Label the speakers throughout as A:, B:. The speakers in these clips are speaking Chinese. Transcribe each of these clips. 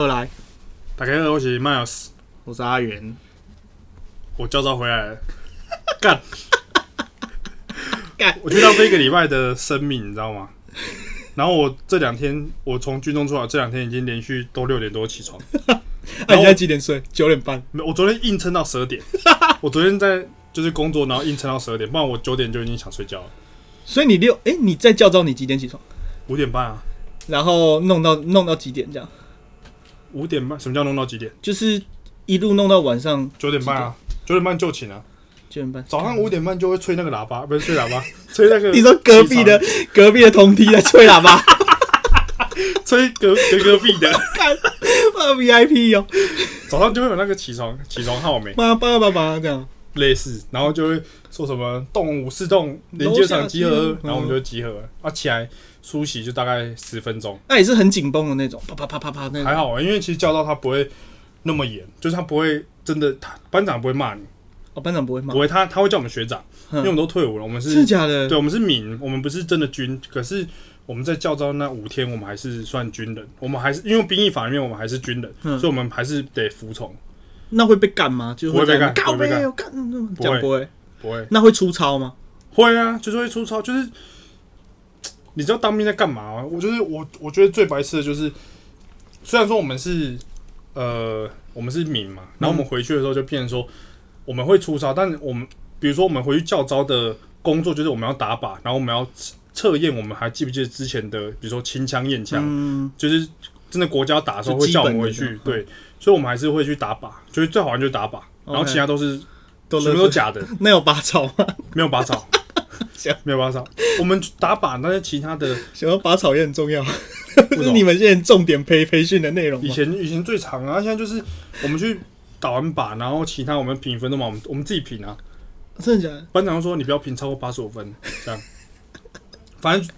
A: 二来，
B: 打开二，我是 Miles，
A: 我是阿元，
B: 我教招回来了，干
A: 干
B: 我去浪费一个礼拜的生命，你知道吗？然后我这两天，我从军中出来，这两天已经连续都六点多起床，
A: 那、啊你现在几点睡？九点半。
B: 没有我昨天硬撑到十二点，我昨天在就是工作，然后硬撑到十二点，不然我九点就已经想睡觉了，
A: 所以你六哎、你在教招你几点起床？
B: 五点半啊，
A: 然后弄到弄到几点这样？
B: 五点半什么叫弄到几点？
A: 就是一路弄到晚上
B: 九点半啊，九点半就寝啊，
A: 九点半。
B: 早上五点半就会吹那个喇叭，不是吹喇叭，吹那个
A: 你说隔壁的隔壁的同梯在吹喇叭，
B: 吹隔隔隔壁的，
A: 看妈 VIP 哦，
B: 早上就会有那个起床起床号没？
A: 妈叭叭叭这样。
B: 类似，然后就会说什么动五四动连接场集
A: 楼
B: 合
A: 下集合，
B: 然后我们就集合了，啊起来梳洗就大概十分钟，
A: 那也是很紧绷的那种，啪啪啪啪啪那
B: 还
A: 种。
B: 好啊，因为其实教到他不会那么严，就是他不会真的，他班长不会骂你，
A: 哦，班长不会骂
B: 不，会他他会叫我们学长，
A: 嗯
B: 因为我们都退伍了，我们
A: 是
B: 是，
A: 假的
B: 对，。我们是民，我们不是真的军，可是我们在教招那五天，我们还是算军人，我们还是因为兵役法里面我们还是军人，
A: 嗯
B: 所以我们还是得服从，
A: 那会被干吗？就
B: 不会被干
A: 告
B: 不
A: 呗
B: 会被干，
A: 我干嗯
B: 不会
A: 这样不会。
B: 不会
A: 那会出操吗？
B: 会啊，就是会出操，就是你知道当兵在干嘛吗？我就是我，我觉得最白痴的就是，虽然说我们是呃我们是民嘛，然后我们回去的时候就变成说我们会出操，但我们比如说我们回去教招的工作就是我们要打靶，然后我们要测测验我们还记不记得之前的，比如说清枪验枪，
A: 嗯，
B: 就是真的国家打的时候
A: 就
B: 会
A: 基
B: 叫
A: 本
B: 我
A: 的嗯
B: 们回
A: 这样
B: 去，对，所以我们还是会去打靶，就是最好玩就是打靶，然后
A: OK
B: 其他都是
A: 都
B: 全部都假的，
A: 那有拔草吗？
B: 没有拔草
A: 行，
B: 没有拔草。我们打靶，但是其他的
A: 想要拔草也很重要，这
B: 么
A: 是你们现在重点培培训的内容
B: 以
A: 吗？
B: 前以前最长啊，现在就是我们去打完靶，然后其他我们评分都嘛，我们我们自己评啊。
A: 真的假的？
B: 班长说你不要评超过八十五分，这样，反正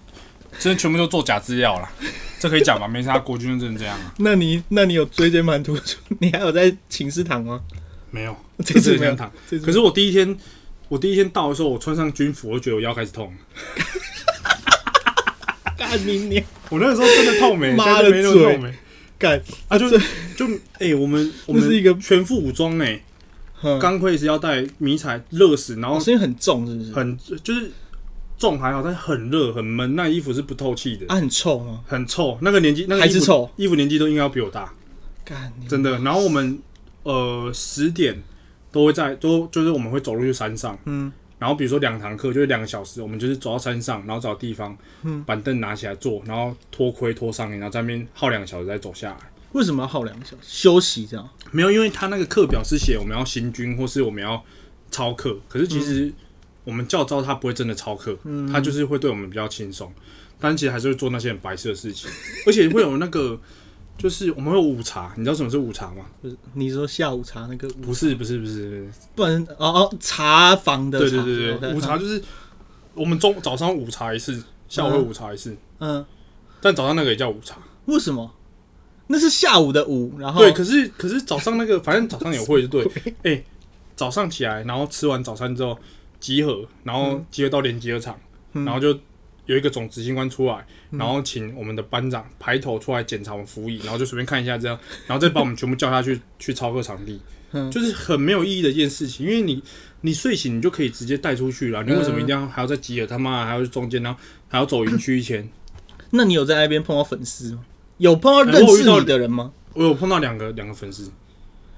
B: 真的全部都做假资料啦，这可 以讲吧？没啥，国军真的这样啊？
A: 那你那你有椎间盘突出？你还有在寝室躺吗？
B: 没有，
A: 这次
B: 是
A: 没
B: 天
A: 有，
B: 堂。
A: 这次
B: 可是我第一天，我第一天到的时候，我穿上军服，我就觉得我腰开始痛。
A: 干你娘！
B: 我那个时候真的痛没，
A: 妈
B: 现
A: 的
B: 在没那么
A: 嘴
B: 痛没
A: 干，
B: 啊！就就哎、我们我们
A: 这是一个
B: 全副武装哎、
A: 嗯
B: 钢盔是要带迷彩，热死，然后
A: 哦是因为很重，是不是？
B: 很就是重还好，但是很热很闷，那衣服是不透气的，
A: 啊，很臭吗？
B: 很臭。那个年纪，那个
A: 还
B: 衣服
A: 是臭，
B: 衣服年纪都应该要比我大，
A: 干你！
B: 真的。然后我们
A: 嗯
B: 呃十点都会在都就是我们会走路去山上，
A: 嗯，
B: 然后比如说两堂课就是两个小时，我们就是走到山上，然后找地方，
A: 嗯
B: 板凳拿起来坐，然后脱盔脱上衣，然后在那边耗两个小时再走下来。
A: 为什么要耗两个小时休息这样？
B: 没有，因为他那个课表是写我们要行军或是我们要操课，可是其实我们教招他不会真的操课，他就是会对我们比较轻松，但其实还是会做那些很白痴的事情， 而且会有那个就是我们会有午茶，你知道什么是午茶吗？
A: 不是你说下午茶那个，
B: 不是，不是，不是，
A: 不然哦哦，茶房的
B: 对
A: 茶
B: 对对对，
A: OK，
B: 午茶就是我们中早上午茶一次，下午会午茶一次，
A: 嗯，
B: 但早上那个也叫午茶，
A: 为什么？那是下午的午，然后
B: 对，可是可是早上那个，反正早上也会， 对，哎、早上起来，然后吃完早餐之后集合，然后集合到连集合场，
A: 嗯
B: 然后就有一个总执行官出来，然后请我们的班长排头出来检查我们服役，然后就随便看一下这样，然后再把我们全部 叫下去去操课场地
A: 嗯，
B: 就是很没有意义的一件事情，因为你你睡醒你就可以直接带出去了，你为什么一定要还要再集合他妈的还要去中间，然后还要走营区一圈？
A: 那你有在那边碰到粉丝吗？有碰到
B: 哎
A: 认
B: 我有
A: 识
B: 遇到
A: 你的人吗？
B: 我有碰到两个两个粉丝，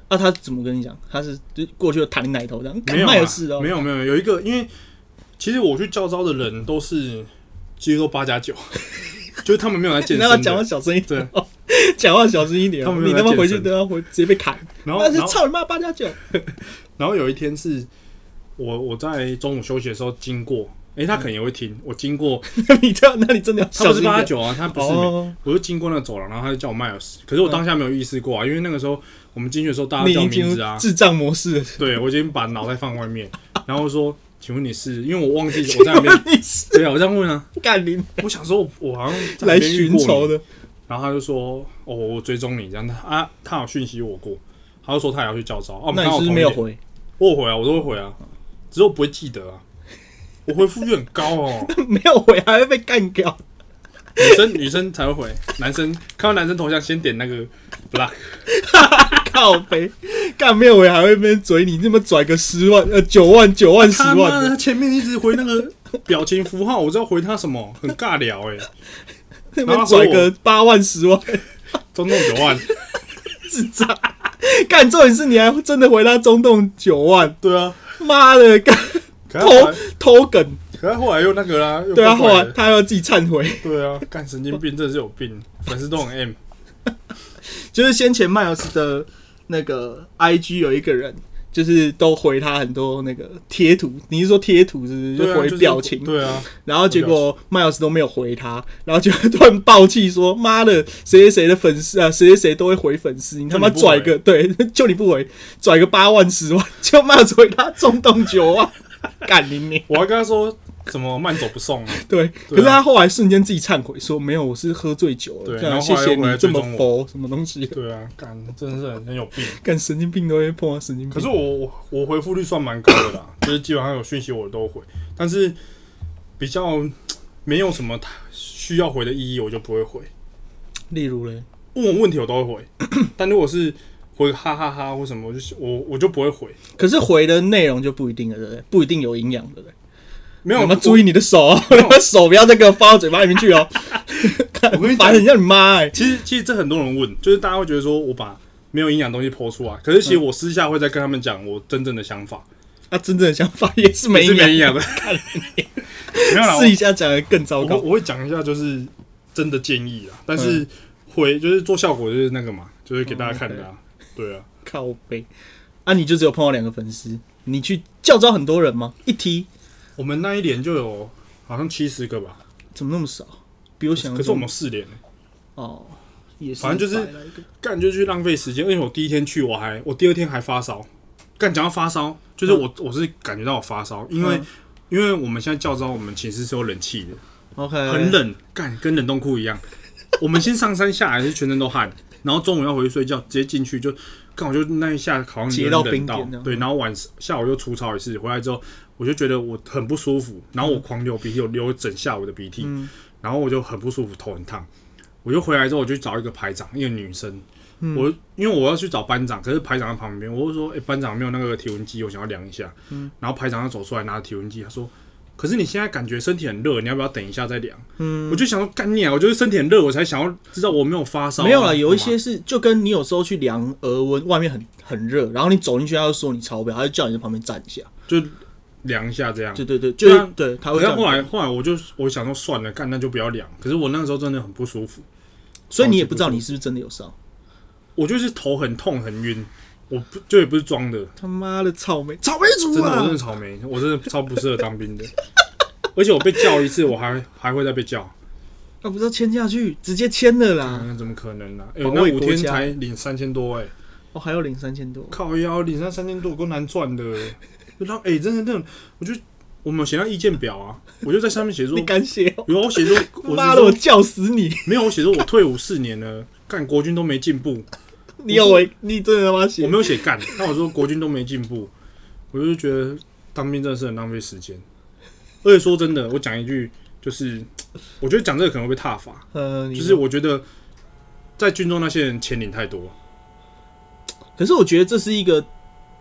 A: 啊，他怎么跟你讲？他是就过去就弹你奶头这样，干
B: 没有
A: 嘛
B: 啊
A: 有事哦？
B: 没有没有，有一个，因为其实我去教招的人都是几乎都八加 九，就是他们没有来健
A: 你他妈
B: 身
A: 讲话
B: 的，
A: 小声一点哦
B: 对，
A: 讲话小声一点
B: 他
A: 哦，
B: 们没
A: 你
B: 有
A: 他妈
B: 在
A: 回
B: 健
A: 去
B: 身
A: 都要回直接被砍，
B: 然后
A: 那
B: 然
A: 是
B: 后
A: 操你妈八加九！
B: 然后有一天是我我在中午休息的时候经过，诶，他可能也会听，我经 过，
A: 那你这样，那你真的要小
B: 他不
A: 心
B: 是
A: 一
B: 八加
A: 点。
B: 九啊，他不是没，
A: 哦，
B: 我就经过那个走廊，然后他就叫我迈尔斯，可是我当下没有意识过啊，因为那个时候我们进去的时候大家
A: 你
B: 叫
A: 已经
B: 我
A: 进
B: 名
A: 入
B: 字啊，
A: 智障模式了。
B: 对我已经把脑袋放外 面，然后说，请问你是？因为我忘记我在那边，
A: 你是
B: 对啊，我这样问啊，
A: 干你
B: 我想说我我好像在
A: 来
B: 那边遇
A: 寻
B: 过你
A: 仇的，
B: 然后他就说：“哦，我追踪你这样。”他啊，他有讯息我过，他就说他也要去教招。哦、
A: 那你是不是没有？回？
B: 我有回啊，我都会回啊，只是我不 会记得啊。我回复率很高哦，
A: 没有回还会被干掉。
B: 女生女生才会回，男生看到男生头像先点那个 block，
A: 靠背，干没有我还会被人嘴你，那么拽个十万呃九万九万十
B: 他妈
A: 万
B: 的，
A: 的，
B: 他前面一直回那个表情符号，我知道回他什么，很尬聊哎、欸，
A: 那边拽个八万十万，
B: 中中九万，
A: 智障！ 干重点是你还真的回他中洞九万，
B: 对啊，
A: 妈的干
B: 可是他后
A: 偷
B: 来
A: 偷梗，
B: 可是后来又那个啦，又
A: 对啊，
B: 怪
A: 后
B: 怪
A: 来
B: 的
A: 他要自己忏悔，
B: 对啊，干神经病真的是有病，粉丝都很 M，
A: 就是先前麦尔斯的那个 IG 有一个人。就是都回他很多那个贴图，你是说贴图是不是？
B: 对啊，
A: 回
B: 就是
A: 表情，
B: 对啊，
A: 然后结果麦尔斯都没有回他，然后就突然爆气说：“妈的，谁谁谁的粉丝啊，谁谁谁都会回粉丝，你他妈
B: 就你不
A: 拽
B: 回
A: 个对， 就你不回，拽个八万十万， 就麦尔斯回他中洞九万， 干你你
B: 我还跟他说什么慢走不送啊，
A: 对。可
B: 对啊
A: 是他后来瞬间自己忏悔说：“没有，我是喝醉酒了，
B: 对
A: 这样
B: 然后
A: 谢
B: 后来
A: 谢
B: 又回
A: 你
B: 来
A: 这么
B: 追踪
A: 佛什么东西，
B: 对啊，干真的是很很有病。
A: 干神经病都会碰到神经病。”
B: 可是我我我回复率算蛮高的 啦，就是基本上有讯息我都回，但是比较没有什么需要回的意义，我就不会回。
A: 例如嘞，
B: 问我问题我都 会回，但如果是回哈哈哈或什么，我就是我我就不会回。
A: 可是回的内容就不一定了，对不对？不一定有营养，对不对？
B: 没有，
A: 你们
B: 我
A: 注意你的手哦，
B: 没
A: 你
B: 有
A: 们手不要再给我放到嘴巴里面去哦。
B: 我跟你讲
A: 烦，人家你妈哎、
B: 其实其实这很多人问，就是大家会觉得说我把没有营养的东西剖出来，可是其实我私下会再跟他们讲我真正的想法，
A: 他啊真正的想法也是没
B: 也是
A: 营
B: 没营
A: 养。
B: 养的。 没有啦，
A: 试一下讲的更糟
B: 我
A: 糕，
B: 我会讲一下，就是真的建议啦，但是回就是做效果就是那个嘛，就是给大家看的、啊，对啊，
A: 靠背啊！你就只有碰到两个粉丝，你去叫招很多人吗？一踢
B: 我们那一年就有好像七十个吧，
A: 怎么那么少？比我想的
B: 可是我们四年、欸，
A: 哦，也是
B: 反正就是
A: 一百来个
B: 干就去浪费时间，而且我第一天去我还我第二天还发烧，干讲到发烧，就是我、我是感觉到我发烧，因为、
A: 嗯
B: 因为我们现在教招我们寝室是有冷气的，
A: OK，
B: 很冷，干跟冷冻库一样。我们先上山下来是全身都汗，然后中午要回去睡觉，直接进去就刚好就那一下好像
A: 结
B: 有
A: 到
B: 点
A: 冰
B: 冷
A: 点这样
B: 对，然后晚上下午又除草一次，回来之后我就觉得我很不舒服，然后我狂流鼻涕，我流整下午的鼻涕，
A: 嗯
B: 然后我就很不舒服，头很烫。我就回来之后，我就找一个排长，一个女生，
A: 嗯
B: 我因为我要去找班长，可是排长在旁边，我就说：“哎、班长没有那个体温计，我想要量一下。”
A: 嗯
B: 然后排长要走出来拿体温计，他说：“可是你现在感觉身体很热，你要不要等一下再量？”
A: 嗯
B: 我就想说干你啊！我就是身体很热，我才想要知道我有没有发烧啊、
A: 没有了。有一
B: 干嘛
A: 些是就跟你有时候去量额温，外面很很热，然后你走进去，他就说你超标，他就叫你在旁边站一下。
B: 就量一下这样。
A: 对对对，就是、
B: 对啊
A: 对，他
B: 可
A: 会
B: 是
A: 这样
B: 后。来后来我就我想说算了，干那就不要量。可是我那个时候真的很不舒服，
A: 所以你也不知道你是不是真的有伤。
B: 我就是头很痛很晕，我不就也不是装的，
A: 他妈的草莓，草莓
B: 真
A: 族
B: 的我
A: 啊
B: 真的！草莓，我真的超不适合当兵的。 而且我被叫一次，我还还会再被叫，
A: 那不知道签下去，直接签了啦。
B: 嗯，怎么可能呢、啊？哎、
A: 保卫
B: 那五
A: 国
B: 天
A: 家
B: 才领三千多、哎，
A: 哦，还要领三千多。
B: 靠腰领上三千多够难赚的、就让哎、真的那种，我就我们有写到意见表啊，我就在上面写说
A: 你，敢写哦？
B: 有啊我 写说，我
A: 妈
B: 是
A: 的，我
B: 说
A: 叫死你！
B: 没有，我写说我退伍四年了，干国军都没进步，
A: 你有为你真的他妈
B: 我
A: 写？
B: 没有写干，但我说国军都没进步，我就觉得当兵真的是很浪费时间。而且说真的，我讲一句，就是我觉得讲这个可能会被踏伐，
A: 呃，你
B: 就
A: 说
B: 是我觉得在军中那些人钱领太多，
A: 可是我觉得这是一个，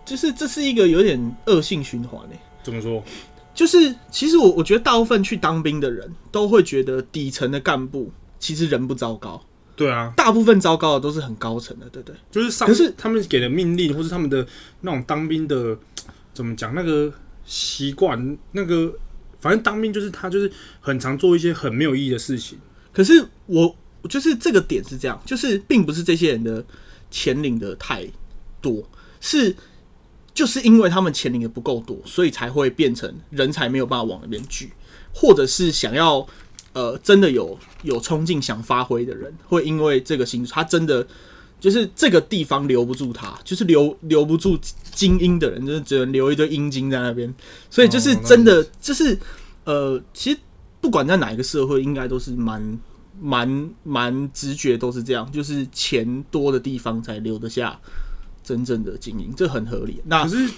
A: 就是这是一个有点恶性循环欸诶、
B: 怎么说？
A: 就是其实我我觉得大部分去当兵的人都会觉得底层的干部其实人不糟糕，
B: 对啊，
A: 大部分糟糕的都是很高层的，对不对？
B: 就是上，
A: 可是
B: 他们给的命令，或是他们的那种当兵的怎么讲那个习惯，那个反正当兵就是他就是很常做一些很没有意义的事情。
A: 可是我我就是这个点是这样，就是并不是这些人的钱领的太多，是就是因为他们钱领的不够多，所以才会变成人才没有办法往那边聚，或者是想要呃真的有有冲劲想发挥的人，会因为这个薪水，他真的。就是这个地方留不住他，就是留留不住精英的人，就是只能留一堆阴精在那边。所以就是
B: 哦那
A: 真的，就是呃，其实不管在哪一个社会，应该都是蛮蛮蛮直觉都是这样，就是钱多的地方才留得下真正的精英，这很合理。那
B: 可是啊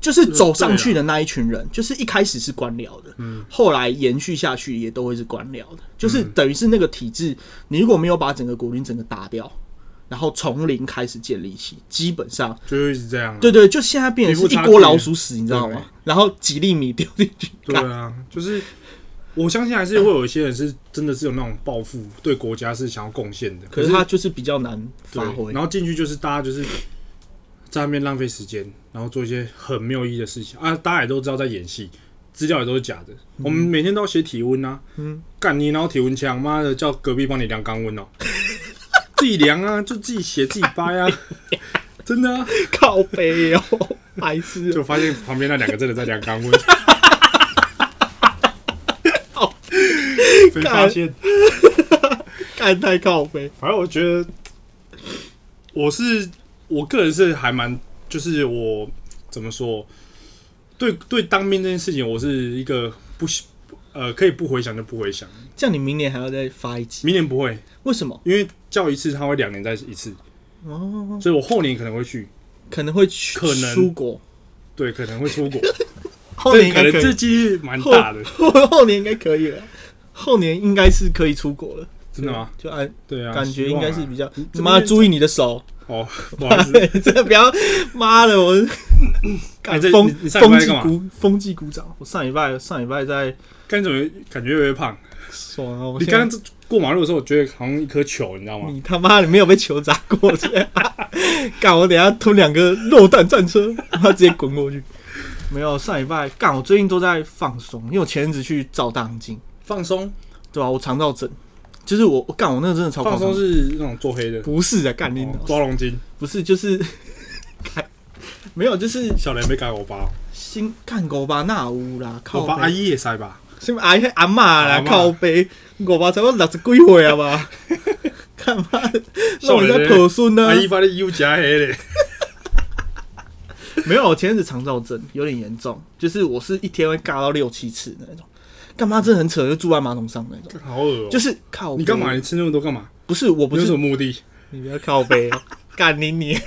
A: 就是走上去的那一群人，就是一开始是官僚的，
B: 嗯
A: 后来延续下去也都会是官僚的，就是等于是那个体制，你如果没有把整个国军整个打掉，然后从零开始建立起，基本上，
B: 就一直这样、啊。
A: 对对，就现在变成是一
B: 贫富差
A: 锅
B: 距
A: 老鼠屎，你知道
B: 对
A: 吗？然后几粒米丢进去，
B: 对啊，就是我相信还是会有一些人是真的是有那种抱负，对国家是想要贡献的。
A: 可是他就是比较难
B: 对
A: 发挥
B: 然。后进去就是大家就是在那边浪费时间，然后做一些很没有意义的事情啊！大家也都知道在演戏，资料也都是假的。我
A: 嗯
B: 们每天都要写体温啊，嗯，干你然后体温枪，妈的叫隔壁帮你量肛温哦， 自己量啊，就自己写自己掰啊， 真的啊！
A: 靠背哦，白痴哦
B: 就发现旁边那两个真的在量 肛温。被发现，
A: 干太靠背。
B: 反正我觉得我是我个人是还蛮，就是我怎么说，对对，当兵这件事情，我是一个不喜呃可以不回想就不回想，
A: 这样你明年还要再发一集？
B: 明年不会，
A: 为什么？
B: 因为叫一次他会两年再一次，
A: 哦，
B: 所以我后年可能会去，
A: 可能会去
B: 可能
A: 出国，
B: 对，可能会出国，
A: 后年
B: 对，
A: 应
B: 可
A: 该
B: 能
A: 可
B: 这
A: 以，
B: 几率蛮大的，
A: 后 后年应该可以了，后年应该是可以出国了，
B: 真的吗？
A: 就按
B: 对啊，
A: 感觉应该是
B: 希望啊
A: 比较
B: 嗯，这
A: 妈
B: 边
A: 注意你的手，
B: 哦， 不好意思，
A: 真的不要，妈的我，
B: 哎
A: 干
B: 这
A: 风
B: 你你上礼
A: 风
B: 拜
A: 纪
B: 在干嘛
A: 鼓风纪鼓掌，我上礼拜上礼拜在
B: 干怎么感觉越来越胖？
A: 爽啊，我
B: 你
A: 现在嗯
B: 刚刚过马路的时候，我觉得好像一颗球，你知道吗？
A: 你他妈的没有被球砸过，是吧 干我等一下吞两个肉弹战车，他直接滚过去。没有上礼拜干，我最近都在放松，因为我前阵子去照大肠镜，
B: 放松，
A: 对吧、我肠道整，就是我我干我那个真的超
B: 放
A: 夸张
B: 松是那种做黑的，
A: 不是啊，干你
B: 哦
A: 脑
B: 抓龙筋，
A: 不是就是 干没有就是
B: 小雷没改我爸，
A: 新干狗巴那乌啦，靠
B: 我爸阿
A: 背，
B: 姨也塞吧，
A: 什么阿姨阿嬷啦
B: 阿，嬷
A: 靠背，我爸才我六十几岁啊吧， 干嘛让我在抱孙啊呢
B: 阿？姨把你又加黑嘞，
A: 没有，我前阵子肠燥症有点严重，就是我是一天会尬到六七次的那种。干嘛真的很扯，就住在马桶上那种，
B: 好恶哦。
A: 就是靠背
B: 你干嘛？？你吃那么多干嘛？
A: 不是，我不
B: 你有什
A: 是
B: 么，目的？是
A: 你不要靠背哦，干你你，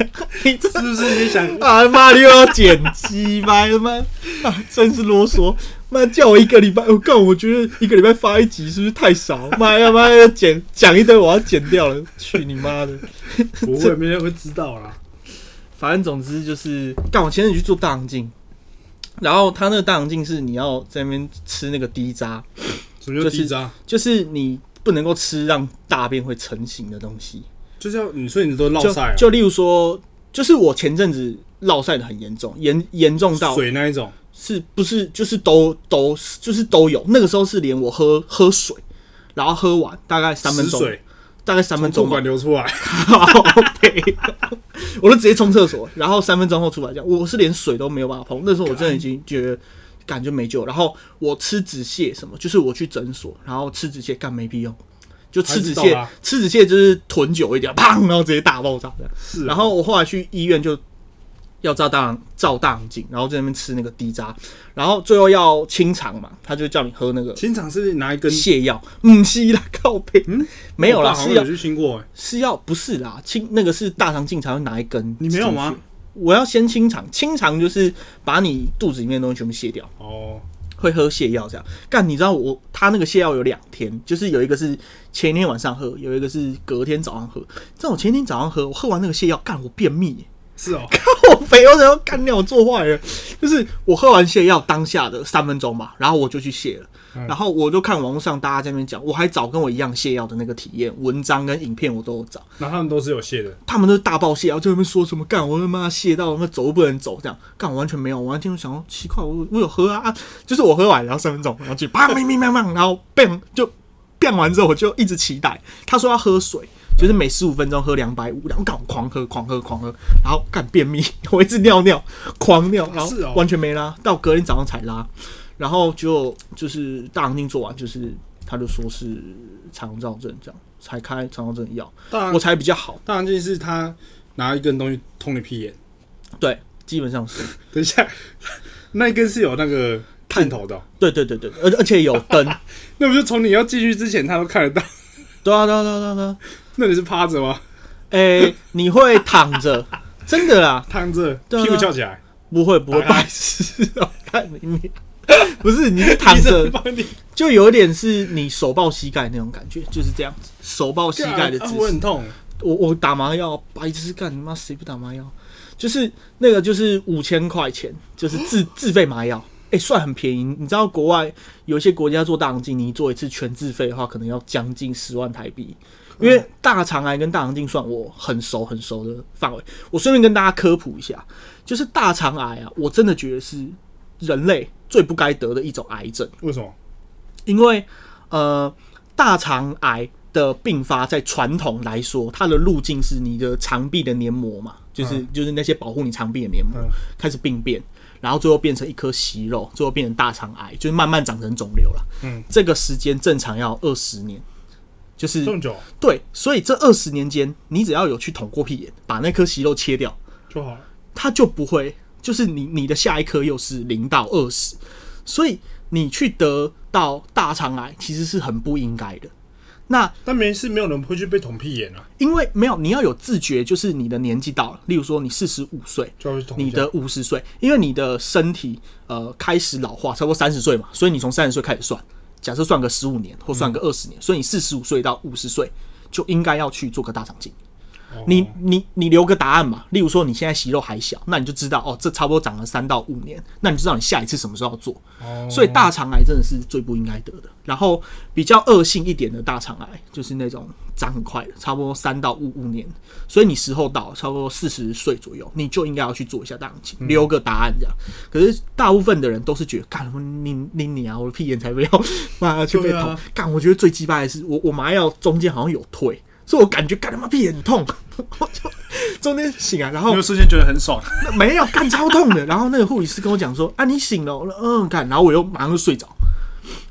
A: 你这
B: 不是你想？
A: 啊妈你又要剪鸡掰他妈啊，真是啰嗦。妈叫我一个礼拜，我干，我觉得一个礼拜发一集是不是太少？妈呀妈要剪讲一堆，我要剪掉了，去你妈的！
B: 不会，没人会知道啦。
A: 反正总之就是，干我前阵子去做大肠镜，然后他那个大肠镜是你要在那边吃那个低渣，
B: 什么叫低渣？
A: 就是你不能够吃让大便会成型的东西。
B: 就是要你说你都落
A: 就
B: 塞啊，
A: 就例如说，就是我前阵子落晒的很严重，严严重到
B: 水那一种，
A: 是不是就是都都就是都有。那个时候是连我喝喝水，然后喝完大概三分
B: 死
A: 钟，
B: 水
A: 大概三分钟
B: 从裤
A: 吧
B: 管流出来，
A: 靠背，我就直接冲厕所，然后三分钟后出来这样。我是连水都没有办法碰，那时候我真的已经觉得感觉没救。然后我吃止泻什么，就是我去诊所，然后吃止泻干没屁用，就吃止
B: 还是到
A: 泻
B: 啦，
A: 吃止泻就是囤久一点，砰，然后直接大爆炸这样。
B: 是啊。
A: 然后我后来去医院就要照大肠照大肠镜，然后在那边吃那个低渣，然后最后要清肠嘛，他就叫你喝那个
B: 清肠是拿一根，
A: 泻药，嗯，西啦，靠背，
B: 嗯
A: 没有啦，
B: 我爸好
A: 是啊
B: 像
A: 要
B: 有去清过欸，
A: 是要不是啦，清那个是大肠镜才会拿一根，
B: 你没有吗？
A: 我要先清肠，清肠就是把你肚子里面的东西全部卸掉，
B: 哦，
A: 会喝泻药这样。干，你知道我他那个泻药有两天，就是有一个是前一天晚上喝，有一个是隔天早上喝。但我前一天早上喝，我喝完那个泻药，干我便秘耶、
B: 是哦，
A: 靠肥， 我想要干掉，我做坏了。就是我喝完泻药当下的三分钟吧，然后我就去泻了。
B: 嗯
A: 然后我就看网络上大家在那边讲，我还找跟我一样泻药的那个体验文章跟影片，我都有找。
B: 那他们都是有泻的，
A: 他们都是大爆泻啊，在那边说什么干，我他妈泻到他妈走都不能走，这样干我完全没有，我完全就想说奇怪，我我有喝啊，啊就是我喝完然后三分钟，然后就啪砰砰砰砰，然后 bang 就 bang 完之后我就一直期待，他说要喝水，就是每十五分钟喝两百五，然后干我狂喝狂喝狂喝，然后干便秘，我一直尿尿狂尿，然后
B: 是哦
A: 完全没拉，到隔天早上才拉，然后就就是大肠镜做完，就是他就说是肠燥症这样，才开肠燥症的药，
B: 当然
A: 我才比较好。
B: 大肠镜是他拿一根东西通你屁 眼。
A: 对，基本上是。
B: 等一下，那一根是有那个探头的哦、
A: 对对对对，而而且有灯。
B: 那不就从你要进去之前他都看得到？
A: 对啊对啊对啊对啊对啊。
B: 那你是趴着吗？
A: 哎、你会躺着，真的啦。
B: 躺着，
A: 对啊
B: 屁股翘起来，
A: 不会不会，
B: 大概
A: 白 痴哦、看你你不是你是躺
B: 医
A: 着
B: 生， 帮你
A: 就有一点是你手抱膝盖那种感觉，就是这样子，手抱膝盖的
B: 干
A: 姿
B: 啊
A: 势。
B: 我很痛，
A: 我我打麻药，白痴干你妈，谁不打麻药？就是那个就是五千块钱，就是自自费麻药，哎、算很便宜。你知道国外有一些国家做大肠镜，你做一次全自费的话，可能要将近十万台币。因为大肠癌跟大肠镜算我很熟很熟的范围，我顺便跟大家科普一下，就是大肠癌啊，我真的觉得是人类最不该得的一种癌症。
B: 为什么？
A: 因为呃，大肠癌的并发在传统来说，它的路径是你的肠壁的黏膜嘛，就是、就是那些保护你肠壁的黏膜、
B: 嗯
A: 开始病变，然后最后变成一颗息肉，最后变成大肠癌，就是慢慢长成肿瘤了。
B: 嗯，
A: 这个时间正常要二十年，就是
B: 这么久
A: 对，所以这二十年间，你只要有去捅过屁眼，把那颗息肉切掉，
B: 就好了。
A: 它就不会，就是你你的下一颗又是零到二十，所以你去得到大肠癌其实是很不应该的。那
B: 但没事，没有人会去被捅屁眼啊，
A: 因为没有你要有自觉，就是你的年纪到了，例如说你四十五岁，
B: 就要去捅一
A: 你
B: 下
A: 的五十岁，因为你的身体呃开始老化，差不多三十岁嘛，所以你从三十岁开始算，假设算个十五年或算个二十年，
B: 嗯
A: 所以你四十五岁到五十岁就应该要去做个大肠镜。
B: 哦
A: 你你你留个答案嘛？例如说你现在息肉还小，那你就知道哦，这差不多长了三到五年，那你就知道你下一次什么时候要做。
B: 哦
A: 所以大肠癌真的是最不应该得的。然后比较恶性一点的大肠癌，就是那种长很快的，差不多三到五五年。所以你时候到了，差不多四十岁左右，你就应该要去做一下大肠
B: 嗯
A: 镜，留个答案这样。可是大部分的人都是觉得，干你你你啊，我的屁眼才不要，妈的去被
B: 对啊
A: 捅。干、我觉得最鸡巴的是，我我麻药中间好像有退。所以我感觉干他妈屁眼很痛，我就中间醒来，然后
B: 有瞬间觉得很爽，
A: 没有干超痛的。然后那个护理师跟我讲说：“啊，你醒了。”我说：“嗯，干。”然后我又马上就睡着。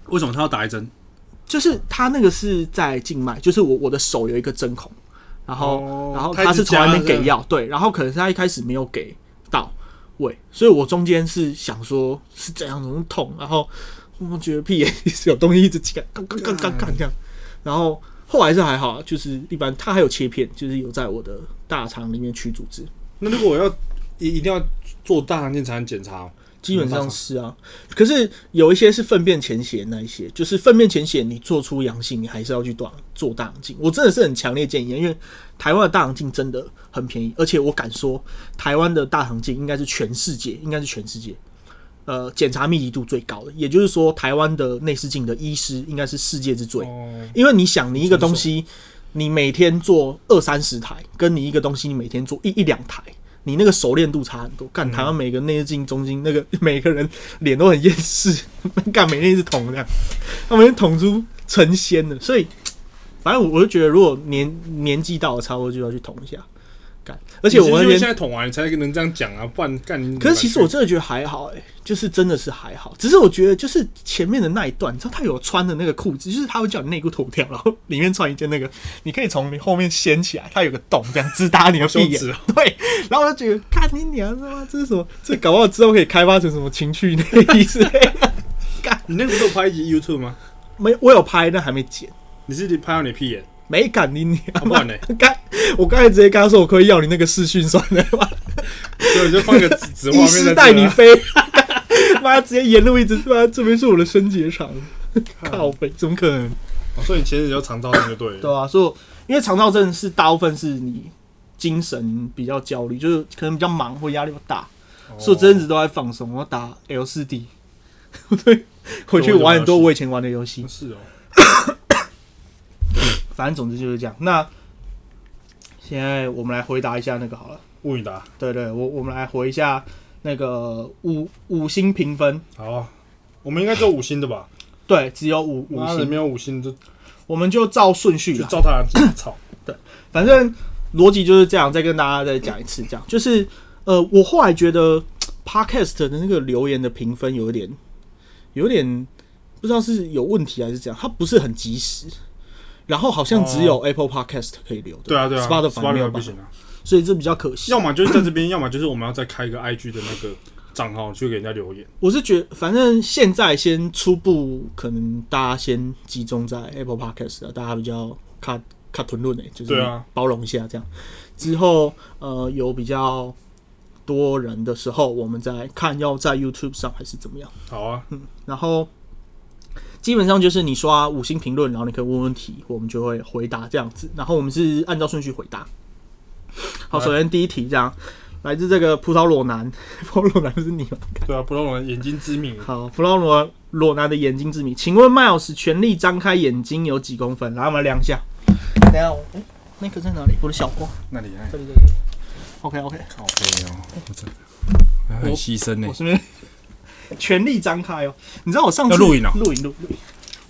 B: 为什么他要打一针？
A: 就是他那个是在静脉，就是我我的手有一个针孔，然后、
B: 哦
A: 然后
B: 他一
A: 他
B: 直
A: 是从来没
B: 夹着
A: 给药，对，然后可能是他一开始没有给到位，所以我中间是想说是怎样怎么痛，然后我觉得屁眼一直有东西一直起来，杠杠杠杠杠这样，然后后来是还好啊，就是一般他还有切片，就是有在我的大肠里面取组织，
B: 那如果我要一一定要做大肠镜才能检查哦，
A: 基本上是啊，可是有一些是粪便潜血那一些，就是粪便潜血你做出阳性，你还是要去做做大肠镜。我真的是很强烈建议，因为台湾的大肠镜真的很便宜，而且我敢说，台湾的大肠镜应该是全世界，应该是全世界，呃，检查密集度最高的。也就是说，台湾的内视镜的医师应该是世界之最，
B: 哦，
A: 因为你想，你一个东西，你每天做二三十台，跟你一个东西你每天做一一两台，你那个熟练度差很多。干台湾每个内视镜中心那个 每个人脸都很厌世，干每天一直捅这样，他们捅出成仙了。所以，反正我我就觉得，如果年年纪到了，差不多就要去捅一下。干，而且我
B: 你是
A: 那
B: 因为
A: 边
B: 现在捅完你才能这样讲啊，不然干你怎么敢
A: 可
B: 去。
A: 是其实我真的觉得还好、欸，就是真的是还好，只是我觉得就是前面的那一段，你知道他有穿的那个裤子，就是他会叫你内裤脱掉，然后里面穿一件那个，你可以从你后面掀起来，它有个洞这样直达你的屁
B: 好羞
A: 眼
B: 耻哦，
A: 对，然后我就觉得，看你娘他妈这是什么？这搞不好之后可以开发成什么情趣内衣之类的。
B: 你那个不是有拍一集 YouTube 吗？
A: 没，我有拍，但还没剪。
B: 你是拍到你屁眼，
A: 没敢你娘
B: 不然呢？
A: 刚我刚才直接跟他说，我可以要你那个视讯算了吧。
B: 所以我就放个纸纸画
A: 医
B: 面
A: 师
B: 在
A: 带你
B: 这啊
A: 飞， 妈直接沿路一直妈这边是我的升结肠，靠背怎么可能？
B: 哦所以你前阵子就肠道症就对了。
A: 对啊，所以我因为肠道症是大部分是你精神比较焦虑，就是可能比较忙或压力比较大，
B: 哦
A: 所以我这阵子都在放松，我打 L 四 D，对， 回去玩很多我以前玩的游戏
B: 哦。是哦，
A: 反正总之就是这样。那现在我们来回答一下那个好了，
B: 物语达
A: 对对，我我们来回一下那个五五星评分，
B: 好啊，我们应该只有五星的吧？
A: 对，只有五五
B: 妈的，
A: 星。
B: 没有五星就
A: 我们就照顺序
B: 就
A: 啦，
B: 照他的操。
A: 反正逻辑就是这样。再跟大家再讲一次，
B: 嗯
A: 这样就是呃，我后来觉得 podcast 的那个留言的评分有一点，有一点不知道是有问题还是怎样，它不是很及时。然后好像只有 Apple Podcast 可以留的，
B: 哦对啊，对啊
A: s p o t i f y 没有
B: Spotify
A: 吧
B: 不，行啊，
A: 所以这比较可惜
B: 要。么就是在这边，要么就是我们要再开一个 IG 的那个账号去给人家留言。
A: 我是觉得，反正现在先初步，可能大家先集中在 Apple Podcast 啊，大家比较卡卡屯论诶，就是
B: 对啊
A: 包容一下这样。之后呃，有比较多人的时候，我们再看要在 YouTube 上还是怎么样。
B: 好啊，
A: 然后基本上就是你刷五星评论，然后你可以问问题，我们就会回答这样子。然后我们是按照顺序回答。好，
B: 来
A: 首先第一题这样，来自这个葡萄裸男， 葡萄裸男不是你吗？
B: 对啊，不让我眼睛之谜，
A: 好，葡萄裸裸男的眼睛之谜，请问 Miles 全力张开眼睛有几公分？来，我们来量一下。等一下，我、诶那个在哪里？我的小瓜，
C: 那里
B: 啊
C: 还
A: 这里这里。OK OK，
C: 靠背哦，我真的很牺牲呢
A: 我。这边 全力张开哦。你知道我上次
C: 要录影哦
A: 录影录录影。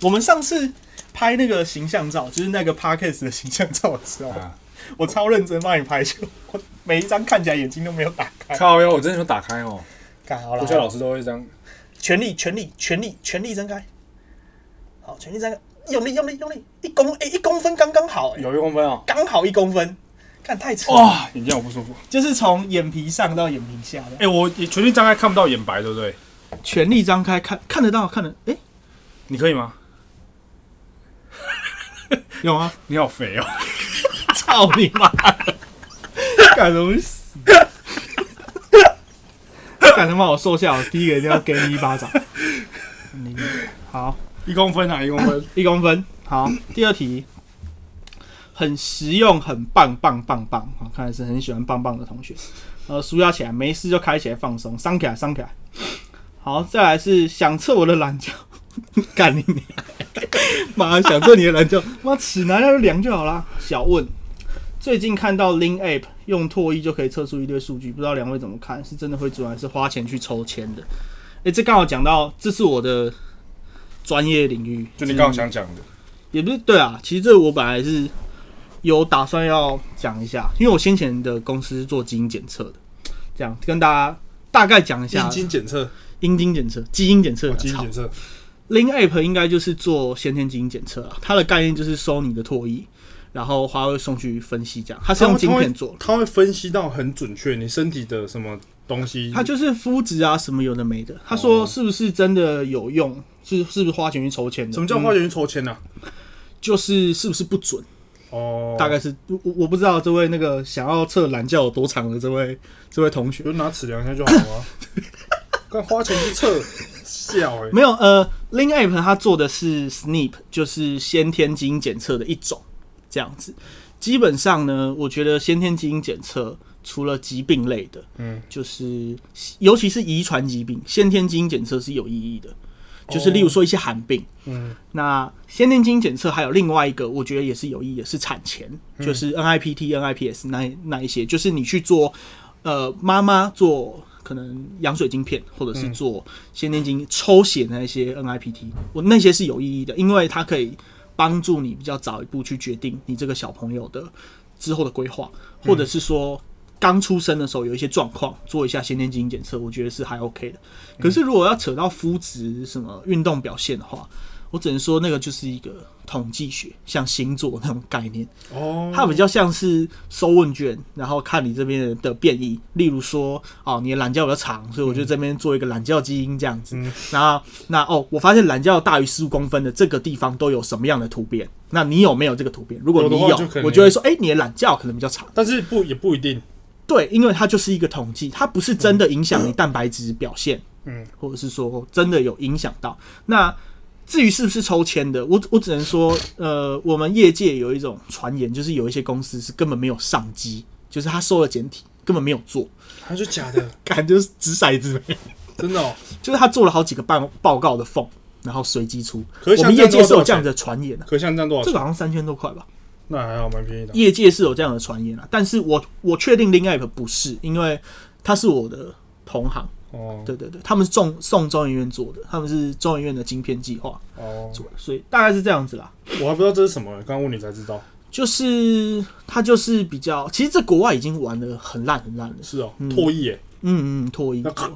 A: 我们上次拍那个形象照，就是那个 podcast 的形象照的时候，
C: 啊
A: 我超认真帮你拍就我每一张看起来眼睛都没有打 开。
C: 靠腰，我真的想打开哦。
A: 看好
C: 国校
A: 了，
C: 老师都会这样，
A: 全力全力全力全力睁开，好，全力睁开，用力用力用力，一公哎、一公分刚刚好、哎，
C: 有一公分哦。
A: 刚好一公分，看太扯，了，
C: 哇，眼睛好不舒服。
A: 就是从眼皮上到眼皮下的。
B: 哎、我全力张开看不到眼白，对不对？
A: 全力张开看看得到看得哎、
C: 你可以吗？
A: 有 吗？
C: 你好肥哦。
A: 操你妈！敢容易死！敢他妈我瘦下，我第一个一定要给你一巴掌。你好，
B: 一公分啊，一公分。
A: 一公分。好，第二题，很实用，很棒棒棒棒。好，看来是很喜欢棒棒的同学。呃，舒压起来，没事就开起来放松，伤起来，伤起来。好，再来是想测我的懒觉，干你娘！妈，想测你的懒觉，妈尺拿下就量就好啦。小问，最近看到 Link App 用唾液就可以测出一堆数据，不知道两位怎么看？是真的会做，还是花钱去抽签的？哎、这刚好讲到，这是我的专业领域，
C: 就你刚刚想讲 的，
A: 也不是对啊，其实这我本来是有打算要讲一下，因为我先前的公司是做基因检测的，这样跟大家大概讲一下
B: 阴茎检测，
A: 阴茎检测、基因检测
B: 我
A: 啊。
B: 基因
A: 操
B: 检测，
A: Link App 应该就是做先天基因检测啊，它的概念就是收你的唾液，然后花会送去分析，这样它是用晶片做的，
B: 它会分析到很准确你身体的什么东西。
A: 它就是肤质啊什么有的没的。他说是不是真的有用？是是不是花钱去抽签的？
B: 什么叫化学去抽签啊？
A: 就是是不是不准？
B: 哦，
A: 大概是我我我不知道这位那个想要测懒觉有多长的这位这位同学
B: 就拿尺量一下就好了、啊。 干花钱去测，笑哎、
A: 没有呃，Link App 它做的是 SNP，就是先天基因检测的一种，这样子。基本上呢，我觉得先天基因检测除了疾病类的，
B: 嗯，
A: 就是尤其是遗传疾病，先天基因检测是有意义的，就是例如说一些罕病，
B: 嗯，
A: 那先天基因检测还有另外一个，我觉得也是有意义的，是产前，
B: 嗯
A: 就是 NIPT、NIPS 那那一些，就是你去做，呃，妈妈做可能羊水晶片，或者
B: 嗯
A: 是做先天基因抽血那一些 NIPT，我那些是有意义的，因为它可以帮助你比较早一步去决定你这个小朋友的之后的规划，或者是说刚出生的时候有一些状况，做一下先天基因检测，我觉得是还 OK 的。可是如果要扯到肤质、什么运动表现的话，我只能说那个就是一个统计学，像星座那种概念，
B: 哦，
A: 它比较像是收问卷，然后看你这边的变异。例如说，哦，你的懒觉比较长，所以我就这边做一个懒觉基因这样子。
B: 嗯
A: 那那哦，我发现懒觉大于十五公分的这个地方都有什么样的突变？那你有没有这个突变？如果你
B: 有
A: 有
B: 的话就可，能
A: 我就会说，哎、你的懒觉可能比较长。
B: 但是不也不一定。
A: 对，因为它就是一个统计，它不是真的影响你蛋白质表现，
B: 嗯，
A: 或者是说真的有影响到。那至于是不是抽签的，我我只能说，呃，我们业界有一种传言，就是有一些公司是根本没有上机，就是他收了简体，根本没有做，
B: 还是假 的，
A: 感觉就是掷骰子，
B: 真的哦。
A: 就是他做了好几个报报告的缝，然后随机出。
B: 可是
A: 我
B: 像
A: 们
B: 这样
A: 业界是
B: 多
A: 有
B: 少
A: 这样
B: 钱
A: 的传言的、啊
B: 可像这样多少
A: 这
B: 钱？
A: 个好像三千多块吧。
B: 那还好，蛮便宜的。
A: 业界是有这样的传言啊，但是我我确定 Link App 不是，因为他是我的同行。
B: 哦
A: 对对对，他们是送送中研院做的，他们是中研院的晶片计划
B: 哦，
A: 做的，所以大概是这样子啦。
B: 我还不知道这是什么，刚刚问你才知道。
A: 就是它就是比较，其实这国外已经玩的很烂很烂了。
B: 是哦，唾液耶，
A: 嗯嗯，脱衣
B: 那
A: 服，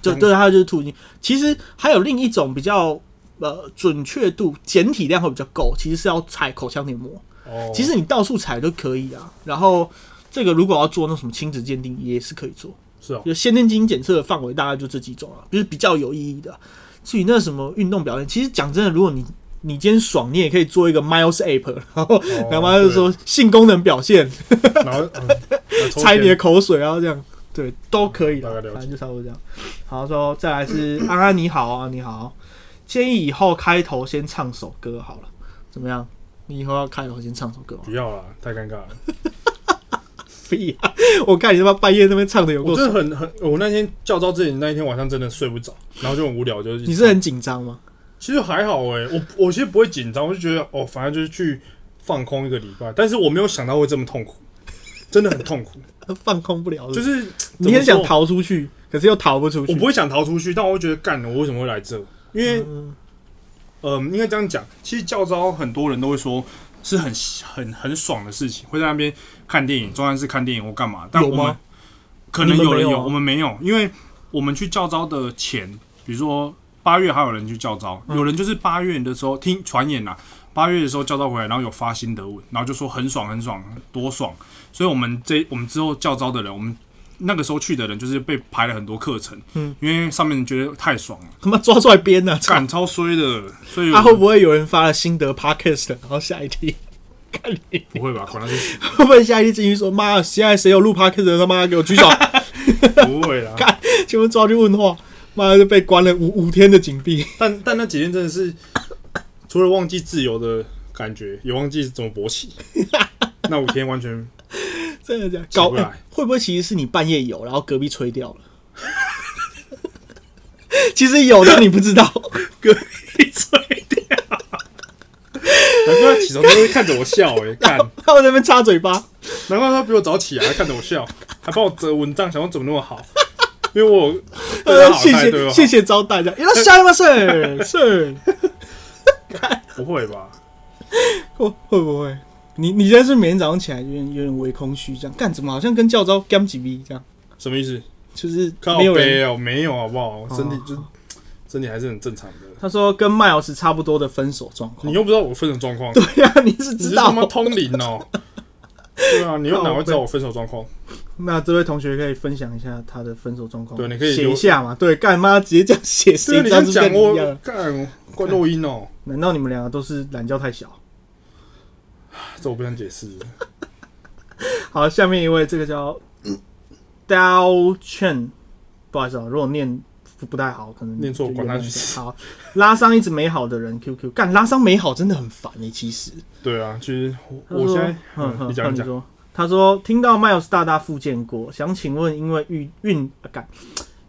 A: 对对，它就是吐进。其实还有另一种比较呃准确度、检体量会比较够，其实是要采口腔黏膜。
B: 哦，
A: 其实你到处采都可以啊。然后这个如果要做那什么亲子鉴定，也是可以做。
B: 是 哦，
A: 就先天基因检测的范围大概就这几种啊，就是比较有意义的。至于那什么运动表现，其实讲真的，如果你你今天爽，你也可以做一个 Miles App，然
B: 哦
A: 后哦然后他就说性功能表现，
B: 然后嗯来抽
A: 猜你的
B: 签
A: 口水啊这样。对，都可以啦
B: 嗯大概了解
A: 反正就差不多这样。好，说再来是 安安你好啊，你好，建议以后开头先唱首歌好了，怎么样？你以后要开头先唱首歌 吗？
B: 不要啦，太尴尬了。
A: 屁啊！ 我看你他妈半夜那边唱的有
B: 我
A: 够
B: 真的很很，我那天教招之前那一天晚上真的睡不着，然后就很无聊，就是
A: 你是很紧张吗？
B: 其实还好哎、我我其实不会紧张，我就觉得哦，反正就是去放空一个礼拜，但是我没有想到会这么痛苦，真的很 痛苦，
A: 放空不了是不，
B: 就是是
A: 你很想
B: 怎么说
A: 逃出去，可是又逃不出去。
B: 我不会想逃出去，但我会觉得干了，我为什么会来这？因为
A: 嗯
B: 嗯、应该这样讲，其实教招很多人都会说是很很很爽的事情，会在那边看电影，中山市看电影或干嘛，但
A: 有
B: 我
A: 吗
B: 们可能有
A: 你们
B: 人
A: 没有
B: 有，
A: 啊
B: 我们没有，因为我们去教招的前，比如说八月还有人去教招，
A: 嗯
B: 有人就是八月的时候听传言啦、八月的时候教招回来，然后有发心得文，然后就说很爽很爽，多爽。所以我们这我们之后教招的人，我们那个时候去的人就是被排了很多课程，
A: 嗯，
B: 因为上面觉得太爽了，
A: 他妈抓出来编呢、 啊！
B: 干超衰的，所以
A: 他、
B: 我
A: 会不会有人发了心得 podcast，然后下一题？ 看你
B: 不会吧？管他 去死，
A: 会不会下一题进去说妈，现在谁有录 podcast 的他妈给我 举手，
B: 不会啦。
A: 全部抓去问话，妈就被关了五五天的禁闭。
B: 但但那几天真的是，除了忘记自由的感觉，也忘记怎么勃 起。那五天完全
A: 真的假的？
B: 起
A: 搞、
B: 不来
A: 欸会不会其实是你半夜有，然后隔壁吹掉了？ 其实有，但你不知道。
B: 隔壁吹掉，难怪他起床都会看着我笑哎、欸， 干，
A: 他们在那边插嘴巴，
B: 难怪他比我早起来、还看着我笑，还帮我折蚊帐，想我怎么那么好，因为我有对
A: 呃
B: 啊他，好
A: 谢
B: 态对
A: 谢
B: 吧？
A: 谢谢招待，这样。要下吗？是是，
B: 不会吧？
A: 会哦会不会？你你现在是每天早上起来有点有点微空虚，这样干怎么好像跟教招 gam 几 b 这样，
B: 什么意思？
A: 就是
B: 靠
A: 没有人。哦
B: 背哦、没有好不好？身体就、身体还是很 正常的。
A: 他说跟 Miles 差不多的分手状况
B: 你。又不知道我分手状况，
A: 对啊，你是
B: 你
A: 知
B: 是
A: 道
B: 他。妈通灵哦、对啊，你又哪会知道我分手 状况？
A: 那这位同学可以分享一下他的分手状况。
B: 对你可以
A: 写
B: 留
A: 一下嘛。对，干妈直接这样写，
B: 对
A: 谁知
B: 啊，你
A: 道
B: 先
A: 是跟
B: 讲
A: 你一
B: 我
A: 样？
B: 干关录音哦、
A: 难道你们两个都是懒觉太小？
B: 这我不想解释。
A: 好，下面一位，这个叫 Dao Chen，不好意思哦，如果念不不太好，可能
B: 念错
A: 就
B: 管他
A: 原谅
B: 去
A: 一
B: 死
A: 下好，拉伤一直美好的人 QQ，干拉伤美好真的很烦诶、其实
B: 对啊，其实我
A: 他
B: 我
A: 说
B: 现在，
A: 嗯
B: 嗯，
A: 嗯，
B: 你讲
A: 你
B: 你讲，
A: 说，他说听到 Miles 大大复健过，想请问，因为运运啊干、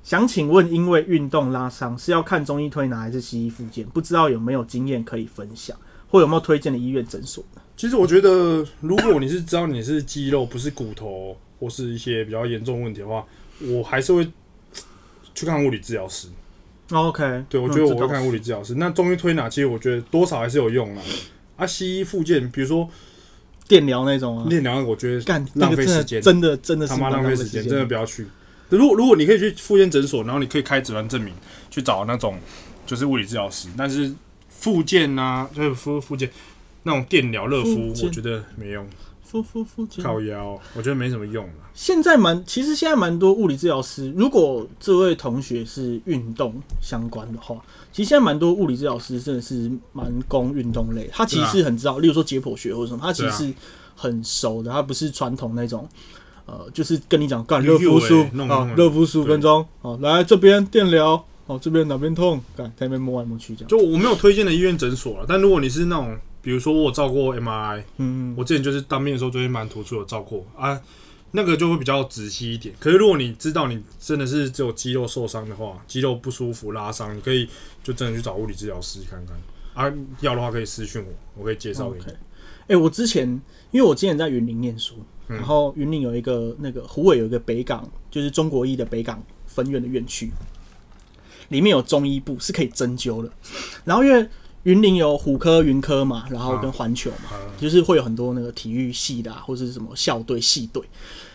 A: 想请问，因为运动拉伤是要看中医推拿还是西医复健？不知道有没有经验可以分享，或有没有推荐的医院诊所？
B: 其实我觉得，如果你是知道你是肌肉，不是骨头，或是一些比较严重问题的话，我还是会去看物理治疗师。
A: OK，
B: 哦对，我
A: 嗯
B: 觉
A: 这
B: 得我会
A: 倒
B: 看
A: 是
B: 物理治疗师。那中医推拿，其实我觉得多少还是有用啦。啊，西医附件，比如说
A: 电疗那种啊，
B: 练疗，我觉得
A: 干那
B: 浪
A: 个
B: 费
A: 真的
B: 时间
A: 真的真的是
B: 他妈
A: 蛮
B: 浪费
A: 费
B: 时间，
A: 的
B: 真的不要去。如果如果你可以去复健诊所，然后你可以开诊断证明，去找那种就是物理治疗师，但是复健啊，就是复复健那种电疗、热敷
A: 复，健
B: 我觉得没用，
A: 复复复健
B: 靠腰，我觉得没什么用啦
A: 现在蛮，其实现在蛮多物理治疗师。如果这位同学是运动相关的话，其实现在蛮多物理治疗师真的是蛮攻运动类，他其
B: 啊
A: 实是很知道，例如说解剖学或者什么，他其实是很熟的，他不是传统那种。呃，就是跟你讲，干热
B: 悠
A: 敷
B: 悠
A: 术
B: 欸弄
A: 啊
B: 弄，
A: 热敷十五
B: 对
A: 分钟，好，来这边电疗，哦，这边哪边痛，干在那边摸来摸去这样。
B: 就我没有推荐的医院诊所了，但如果你是那种，比如说我有照过 MRI，
A: 嗯，
B: 我之前就是当兵的时候椎间盘突出有照过啊，那个就会比较仔细一点。可是如果你知道你真的是只有肌肉受伤的话，肌肉不舒服拉伤，你可以就真的去找物理治疗师看看啊。要的话可以私讯我，我可以介绍给你。
A: OK，哎、我之前因为我之前在云林念书，
B: 嗯
A: 然后云林有一个那个湖尾有一个北港，就是中国医的北港分院的院区，里面有中医部是可以针灸的。然后因为云林有虎科、云科嘛，然后
B: 啊
A: 跟环球嘛，就是会有很多那个体育系的、啊、或者是什么校队、系队。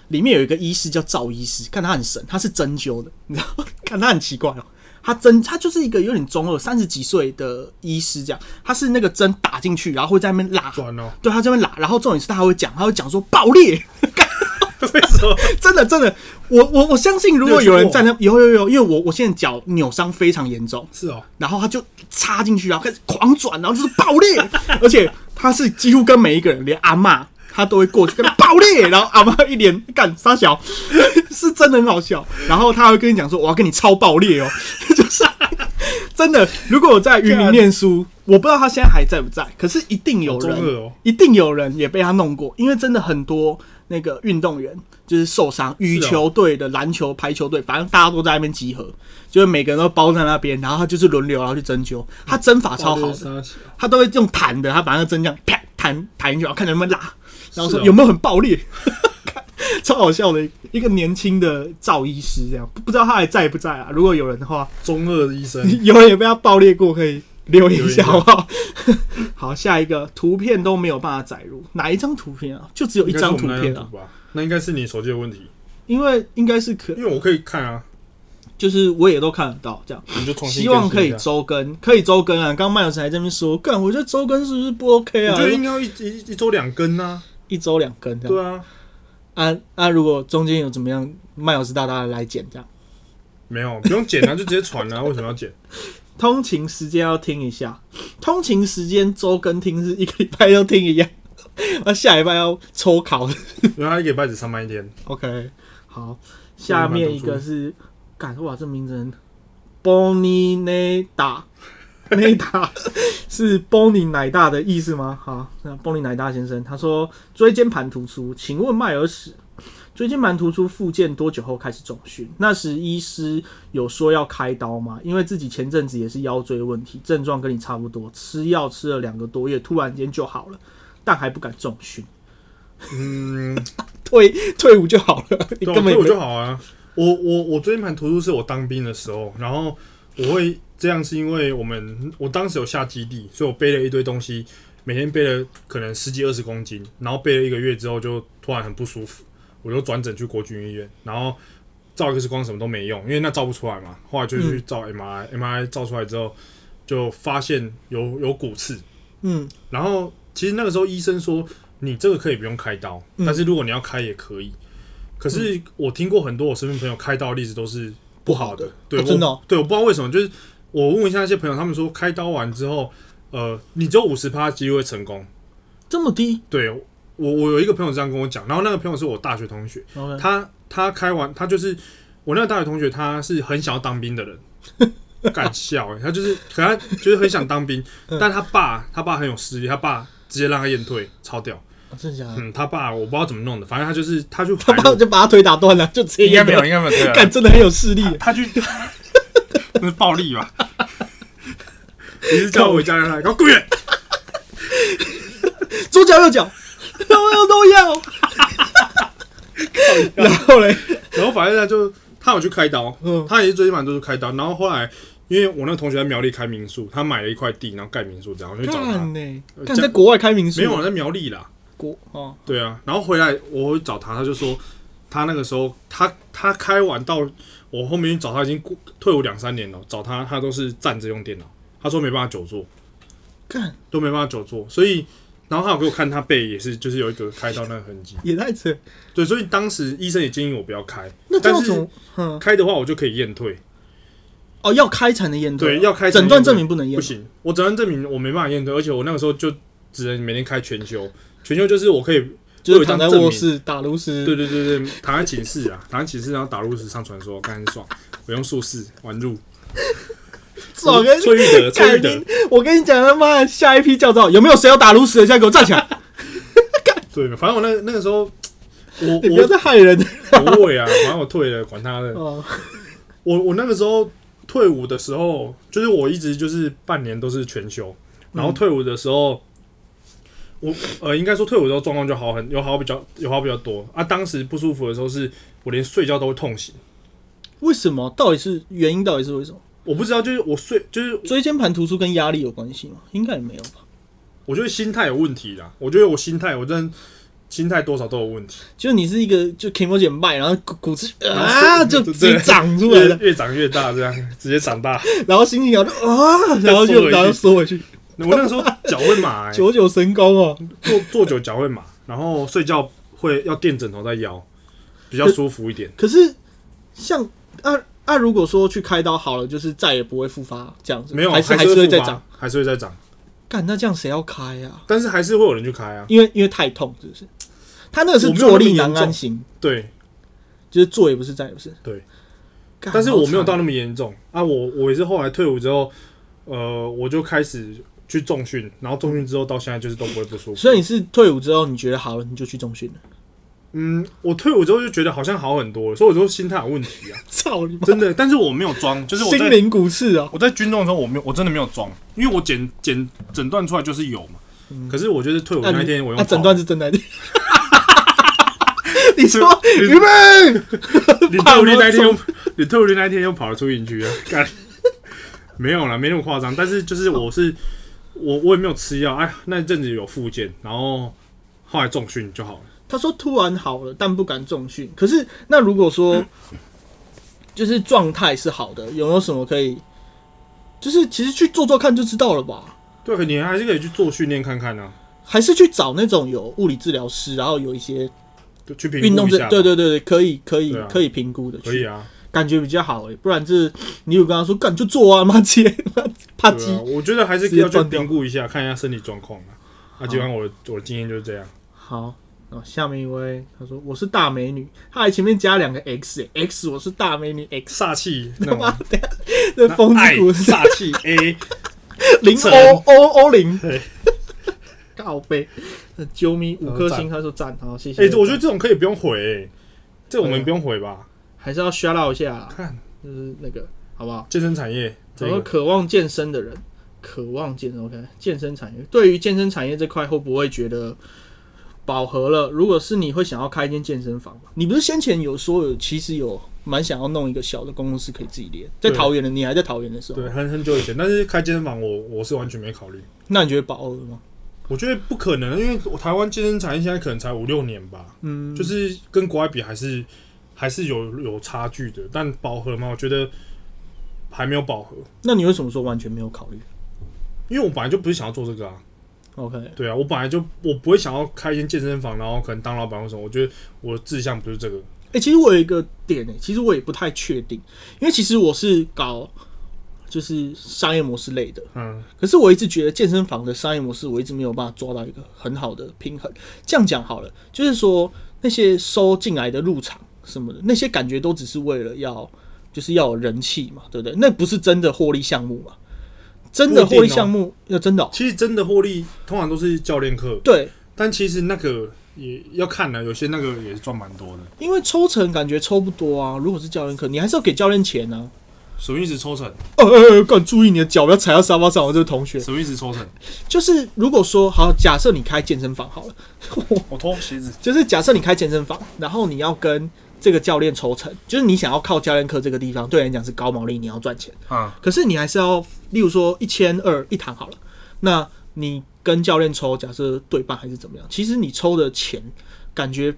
A: 里面有一个医师叫赵医师，看他很神，他是针灸的， 你知道吗，看他很奇怪哦。他针，他就是一个有点中二，三十几岁的医师这样。他是那个针打进去，然后会在那边拉，
B: 转哦，
A: 对他这边拉，然后重点是他还会讲，他会讲说爆裂，
B: 为什么？
A: 真的真的，我我我相信如果
B: 你有
A: 有人
B: 去过
A: 在那，有有有，因为我我现在脚扭伤非常严重，
B: 是哦，
A: 然后他就插 进去，然后开始狂转，然后就是爆裂，而且他是几乎跟每一个人，连阿嬷，他都会过去跟他爆裂， 然后阿妈一脸干傻小， 是真的很好笑。然后他会跟你讲说：“我要跟你超爆裂哦！” 就是真的。如果我在云林念书，我不知道他现在还在不在，可是一定有
B: 中
A: 人
B: 二哦，
A: 一定有人也被他弄过，因为真的很多那个运动员就是受伤，羽球队的、篮球、排球队，反正大家都在那边集合，就是每个人都包在那边，然后他就是轮流然后去针灸，他针法超好的，
B: 沙小
A: 他都会用弹的，他把那个针这样啪弹弹进去，然后看能不能拉，然后说
B: 是哦
A: 有没有很爆裂， 看超好笑的一个年轻的赵医师这样，不不知道他还在不在啊？如果有人的话，
B: 中二的医生，
A: 有人也被他爆裂过，可以留言一下
B: 留言一下
A: 好不好？ 好，下一个图片都没有办法载入，哪一张图片啊？就只 有一张图
B: 应该是我们
A: 片
B: 那
A: 啊
B: 张，图吧？那应该是你手机的问题，
A: 因为应该是可，
B: 因为我可以看啊，
A: 就是我也都看得到这样。
B: 你就重新
A: 希望可以
B: 更新一下
A: 周更，可以周更啊！刚刚麦老师还在那边说，干，我觉得周更是不是不 OK
B: 我
A: 啊
B: 觉？得应该要一一一周两更啊，
A: 一周两更这样。
B: 对啊，
A: 啊啊！如果中间有怎么样，麦老师大大来剪这样。
B: 没有不用剪啊，就直接传啊，为 什么要剪？
A: 通勤时间要听一下，通勤时间周更听是一个礼拜都听一样， 那下礼拜要抽考。
B: 因为他一个礼拜只上班一天，
A: OK，好，
B: 这个
A: 下
B: 蛮
A: 面
B: 突
A: 一
B: 出
A: 个是，干哇，这名字很，Bonnie Nada。内大 是 Bonnie 奶大的意思吗？好，那 Bonnie 奶大先生他说椎间盘突出，请问迈尔史椎间盘突出复健多久后开始重训？那时医师有说要开刀吗？因为自己前阵子也是腰椎问题，症状跟你差不多，吃药吃了两个多月，突然间就好了，但还不敢重训。
B: 嗯，
A: 退退伍就好了， 你
B: 对、
A: 根
B: 啊，
A: 本也
B: 对
A: 没
B: 我就好啊。我我我椎间盘突出是我当兵的时候，然后我会这样是因为我们我当时有下基地，所以我背了一堆东西，每天背了可能十几二十公斤，然后背了一个月之后就突然很不舒服，我就转诊去国军医院，然后照 X 光什么都没用，因为那照不出来嘛。后来就去照 MRI，MRI、MRI 照出来之后就发现有有骨刺，
A: 嗯
B: 然后其实那个时候医生说，你这个可以不用开刀，
A: 嗯
B: 但是如果你要开也可以。可是我听过很多我身边朋友开刀的例子都是不好的，对，
A: 哦真的哦
B: 我对，我不知道为什么，就是我问一下那些朋友，他们说开刀完之后，呃，你只有五十趴机会成功。
A: 这么低
B: 对我，我有一个朋友这样跟我讲，然后那个朋友是我大学同学，
A: ，OK，
B: 他他开完，他就是我那个大学同学，他是很想要当兵的人， 干笑、欸，他就是可他就是很想当兵，
C: 嗯
B: 但他爸他爸很有实力，他爸直接让他验退，超屌。
A: 哦真的假的？
B: 嗯，哎他爸我不知道怎么弄的，反正他就是他就
A: 他爸就把他腿打断了，就直接
C: 应该没有，应该没有 对啊。
A: 干，真的很有势力。
C: 他 去，那是暴力 吧？
B: 你是叫我回家让他给我滚远，
A: 左脚右脚，都要都要。然后嘞，
B: 然后反正他就他有去开刀，
A: 嗯
B: 他也是最近晚上都是开刀，然后后来。因为我那个同学在苗栗开民宿，他买了一块地，然后盖民宿，这样我就去找他
A: 干。呢？
B: 呃
A: 干
B: 这
A: 在国外开民宿，
B: 没有啊我在苗栗啦，
A: 国哦，
B: 对啊，然后回来我会找他，他就说他那个时候他他开完到我后面去找他已经过退伍两三年了，找他他都是站着用电脑，他说没办法久坐，
A: 干
B: 都没办法久坐，所以然后他有给我看他背也是就是有一个开刀那个痕迹，
A: 也太扯。
B: 对，所以当时医生也建议我不要开，
A: 那这
B: 但
A: 样
B: 是
A: 子，嗯，
B: 开的话我就可以验退，
A: 哦，要开才能验
B: 对，要开
A: 诊断证明不能验，
B: 不。行，我诊断证明我没办法验退，而且我那个时候就只能每天开全休，全休就是我可以。
A: 就是
B: 我有一
A: 躺
B: 张
A: 在
B: 证
A: 卧
B: 明
A: 室打炉石，
B: 对对对对，躺在寝室啊，躺在寝室，然后打入时上传说，干爽，我用术士玩入，
A: 爽跟
B: 翠玉德，翠玉
A: 干
B: 德，
A: 你我跟你讲，他妈的下一批教招有没有谁要打炉石的？现在给我站起来！
B: 对，反正我那那个时候，我
A: 你不要
B: 我
A: 再害人
B: 不会啊，反正我退了，管他的，
A: 哦。
B: 我我那个时候退伍的时候，就是我一直就是半年都是全休，然
A: 嗯
B: 后退伍的时候，我呃应该说退伍的时候状况就好很有好比较有好比较多啊，当时不舒服的时候是我连睡觉都会痛醒，
A: 为什么？到底是原因？到底是为什么？
B: 我不知道就是我睡就是
A: 椎间盘突出跟压力有关系吗？应该也没有吧。
B: 我觉得心态有问题啦，我觉得我心态我真的心态多少都有问题。
A: 就你是一个就 k i m o j i 卖，然后骨骨质
B: 然
A: 啊
B: 后
A: 就直
B: 对
A: 接长出来
B: 越
A: 了，
B: 越长越大，这样直接长大。
A: 然后心情好就啊，然后
B: 缩
A: 就
B: 回去
A: 然后缩回去，
B: 我那个时候脚会麻、 欸，
A: 九九神功哦。
B: 坐坐久脚会麻，然后睡觉会要垫枕头在腰，比较舒服一点。
A: 可是像啊啊，如果说去开刀好了，就是再也不会复发这样子，
B: 没有，啊
A: 还
B: 还
A: 是还是会再
B: 复发
A: 长。，
B: 还是会再长，
A: 干，那这样谁要开啊？
B: 但是还是会有人去开啊。
A: 因为因为太痛，是不是？他那个是
B: 我没有那
A: 坐
B: 么
A: 立
B: 严
A: 难安
B: 重
A: 型，
B: 对
A: 就是坐也不是，站也不是。
B: 对
A: 干，
B: 但是
A: 好
B: 我没有
A: 惨
B: 到那么严重啊。我我也是后来退伍之后，呃，我就开始去重训，然后重训之后到现在就是都不会不舒服。
A: 所以你是退伍之后，你觉得好了，你就去中训了？
B: 嗯，我退伍之后就觉得好像好很多了，所以我就心态有问题 啊，
A: 操你妈！
B: 真的。但
C: 但是我没有装，就是我
A: 心
C: 在
A: 灵骨刺啊！
C: 我在军中的时候，我没有，我真的没有装，因为我检检诊断出来就是有嘛。
B: 可是我就是退伍
A: 嗯那
B: 那一
A: 你
B: 天，我
A: 那
B: 用
A: 诊
B: 跑
A: 断是真 的还是？你说预备，
B: 你退伍那一天又，你退伍那一天又跑了出营区啊？干，没有啦，没那么夸张。但是就是我是我我也没有吃药，哎，那一阵子有复健，然后后来重训就好了。
A: 他说突然好了，但不敢重训。可是那如果说
B: 嗯
A: 就是状态是好的，有没有什么可以？就是其实去做做看就知道了吧？
B: 对，你还是可以去做训练看看啊，
A: 还是去找那种有物理治疗师，然后有一些
B: 就去评估
A: 运动
B: 一
A: 治
B: 下吧，
A: 对对对对，可以可以
B: 对啊
A: 可以评估的去，
B: 可以啊。
A: 感觉比较好哎、不然这你有跟他说干就做啊，妈接 啪
B: 对啊，
A: 叽。
B: 我觉得还是
A: 直接
B: 要去
A: 断掉
B: 评估一下，看一下身体状况啊。啊，基本上我我今天就是这样。
A: 好，然后下面一位他说我是大美女，他还前面加两个 X 欸 X 我是大美女 X，
B: 煞气那种
A: 这疯子
B: 爱
A: 骨
B: 煞气哎 A，
A: 零
B: 这
A: O O O 零
B: 对，
A: 告背，呃啾咪五颗星，
B: 赞
A: 他说赞，好谢谢。
B: 哎，我觉得这种可以不用回、欸，这我们不用回吧？
A: 还是要 shout out 一下啦，
B: 看
A: 就是那个好不好？
B: 健身产业这
A: 找到
B: 个，
A: 渴望健身的人，渴望健身，OK，健身产业，对于健身产业这块会不会觉得饱和了？如果是你会想要开一间健身房吗？你不是先前有说有，其实有蛮想要弄一个小的工作室可以自己练，在
B: 对
A: 桃园的，你还在桃园的时候，
B: 对，很很久以前，但是开健身房我我是完全没考虑。
A: 那你觉得饱和了吗？
B: 我觉得不可能，因为我台湾健身产业现在可能才五六年吧，
A: 嗯，
B: 就是跟国外比还是还是有有差距的。但饱和嘛，我觉得还没有饱和，
A: 那你为什么说完全没有考虑
B: 因为我本来就不是想要做这个啊。
A: ？OK，
B: 对啊，我本来就我不会想要开一间健身房，然后可能当老板或什么。我觉得我的志向不是这个。
A: 哎、其实我有一个点哎、其实我也不太确定，因为其实我是搞就是商业模式类的，
B: 嗯，
A: 可是我一直觉得健身房的商业模式，我一直没有办法抓到一个很好的平衡。这样讲好了，就是说那些收进来的入场什么的，那些感觉都只是为了要就是要有人气嘛，对不对？那不是真的获利项目嘛？真的获利项目要真的哦、
B: 其实真的获利通常都是教练课，
A: 对，
B: 但其实那个也要看啊呢、有些那个也是赚蛮多的。
A: 因为抽成感觉抽不多啊。如果是教练课，你还是要给教练钱啊。
C: 什么意思抽成？
A: 呃呃，敢注意你的脚，不要踩到沙发上。我这个同学
C: 什么意思抽成？
A: 就是，如果说好，假设你开健身房好了，
C: 我脱鞋子。
A: 就是假设你开健身房，然后你要跟这个教练抽成，就是你想要靠教练课这个地方对你来讲是高毛利，你要赚钱，
C: 嗯，
A: 可是你还是要，例如说一千二一堂好了，那你跟教练抽，假设对半还是怎么样，其实你抽的钱感觉。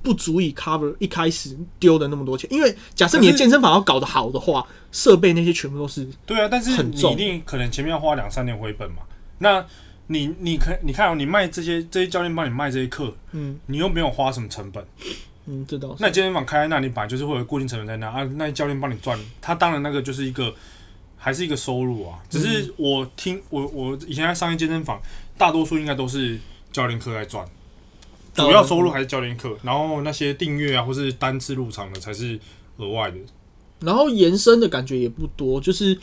A: 不足以 cover 一开始丢的那么多钱，因为假设你的
B: 可是
A: 健身房要搞得好的话，设备那些全部都是
C: 对啊，但是
A: 很
C: 你
A: 重
C: 一定可能前面要花两三年回本嘛。那你你可你看、哦，你卖这些这些教练帮你卖这些课，
A: 嗯
C: 你又没有花什么成本，
A: 嗯，这倒是。
C: 那你健身房开在那里，本来就是会有固定成本在那啊。那你教练帮你赚，他当然那个就是一个还是一个收入啊。只
A: 嗯
C: 是我听我我以前在商业健身房，大多数应该都是教练课在赚，主要收入还是教练课，然后那些订阅啊或是单次入场的才是额外的。
A: 然后延伸的感觉也不多，就是在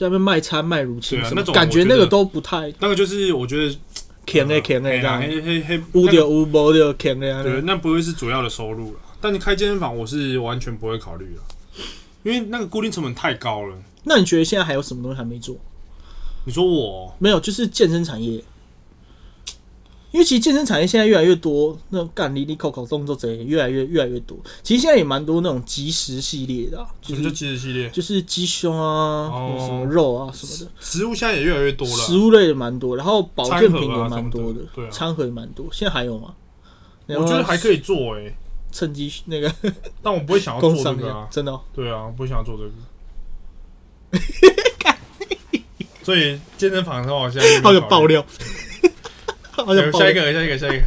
A: 那边卖餐卖乳清
C: 对啊
A: 什么，
C: 那种
A: 感觉
C: 我觉
A: 那
C: 得嗯
A: 个都不太
C: 那个就是我觉得
A: 甜诶甜
C: 呃嘿
A: 诶欸这
C: 啦
A: 样，嗯
C: 嘿嘿嘿，
A: 无
C: 那个
A: 掉无无掉甜诶这
C: 对，
A: 样。
C: 那不会是主要的收入了。但你开健身房，我是完全不会考虑了，啊因为那个固定成本太高了。
A: 那你觉得现在还有什么东西还没做？
C: 你说我哦
A: 没有，就是健身产业，因为其实健身产业现在越来越多，那种干离离口口动作贼越来越越来越多。其实现在也蛮多那种即食系列的、啊，
C: 什
A: 就
C: 么叫
A: 是
C: 即食系列？
A: 就是鸡胸啊，
C: 哦
A: 什么肉啊什么的。
C: 食物现在也越来越多了。
A: 食物类的蛮多，然后保健品也蛮
C: 餐盒啊什么
A: 多的
C: 的，对啊
A: 餐盒也蛮多。现在还有吗？
C: 啊我觉得还可以做哎、
A: 趁机那个
C: 但我不会想要做
A: 工
C: 这
A: 商一
C: 个
A: 下
C: 啊，。
A: 真的哦、
C: 对啊，不会想要做这个。 所以健身房的话，我现在就没
A: 好
C: 有
A: 想
C: 考虑
A: 爆。料，好想
C: 哎
A: 爆
C: 下一
A: 料，
C: 个，下一个，下一个。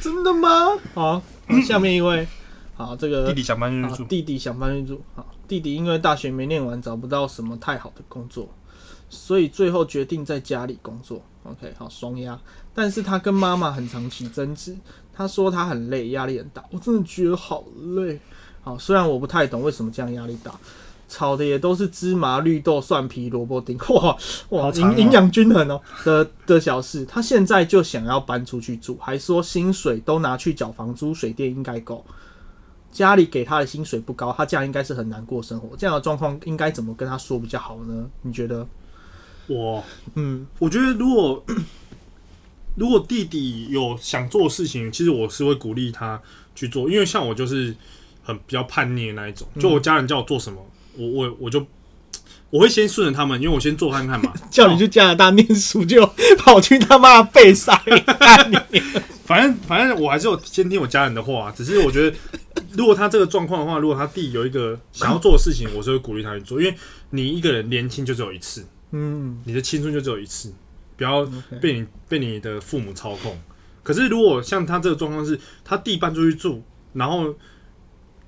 A: 真的吗？好，下面一位，好，这个
C: 弟想搬
A: 啊弟弟想搬去住，好，弟弟因为大学没念完，找不到什么太好的工作，所以最后决定在家里工作。OK，好，双压。但是他跟妈妈很长期争执，他说他很累，压力很大。我真的觉得好累。好，虽然我不太懂为什么这样压力大，炒的也都是芝麻、绿豆、蒜皮、萝卜丁，哇哇，
D: 好长哦
A: 营营养均衡哦的的小事。他现在就想要搬出去住，还说薪水都拿去缴房租、水电应该够。家里给他的薪水不高，他这样应该是很难过生活。这样的状况应该怎么跟他说比较好呢？你觉得？
B: 我
A: 嗯，
B: 我觉得如果 如果弟弟有想做的事情，其实我是会鼓励他去做，因为像我就是很比较叛逆的那一种，就我家人叫我做什么，我我我就我会先顺着他们，因为我先做看看嘛。
A: 叫你去加拿大念书， 就跑去他妈被塞。干你
B: 反正反正我还是有先听我家人的话、啊只是我觉得，如果他这个状况的话，如果他弟有一个想要做的事情，我是会鼓励他去做，因为你一个人年轻就只有一次，
A: 嗯，
B: 你的青春就只有一次，不要
A: OK
B: 被你被你的父母操控。可是如果像他这个状况是，他弟搬出去住，然后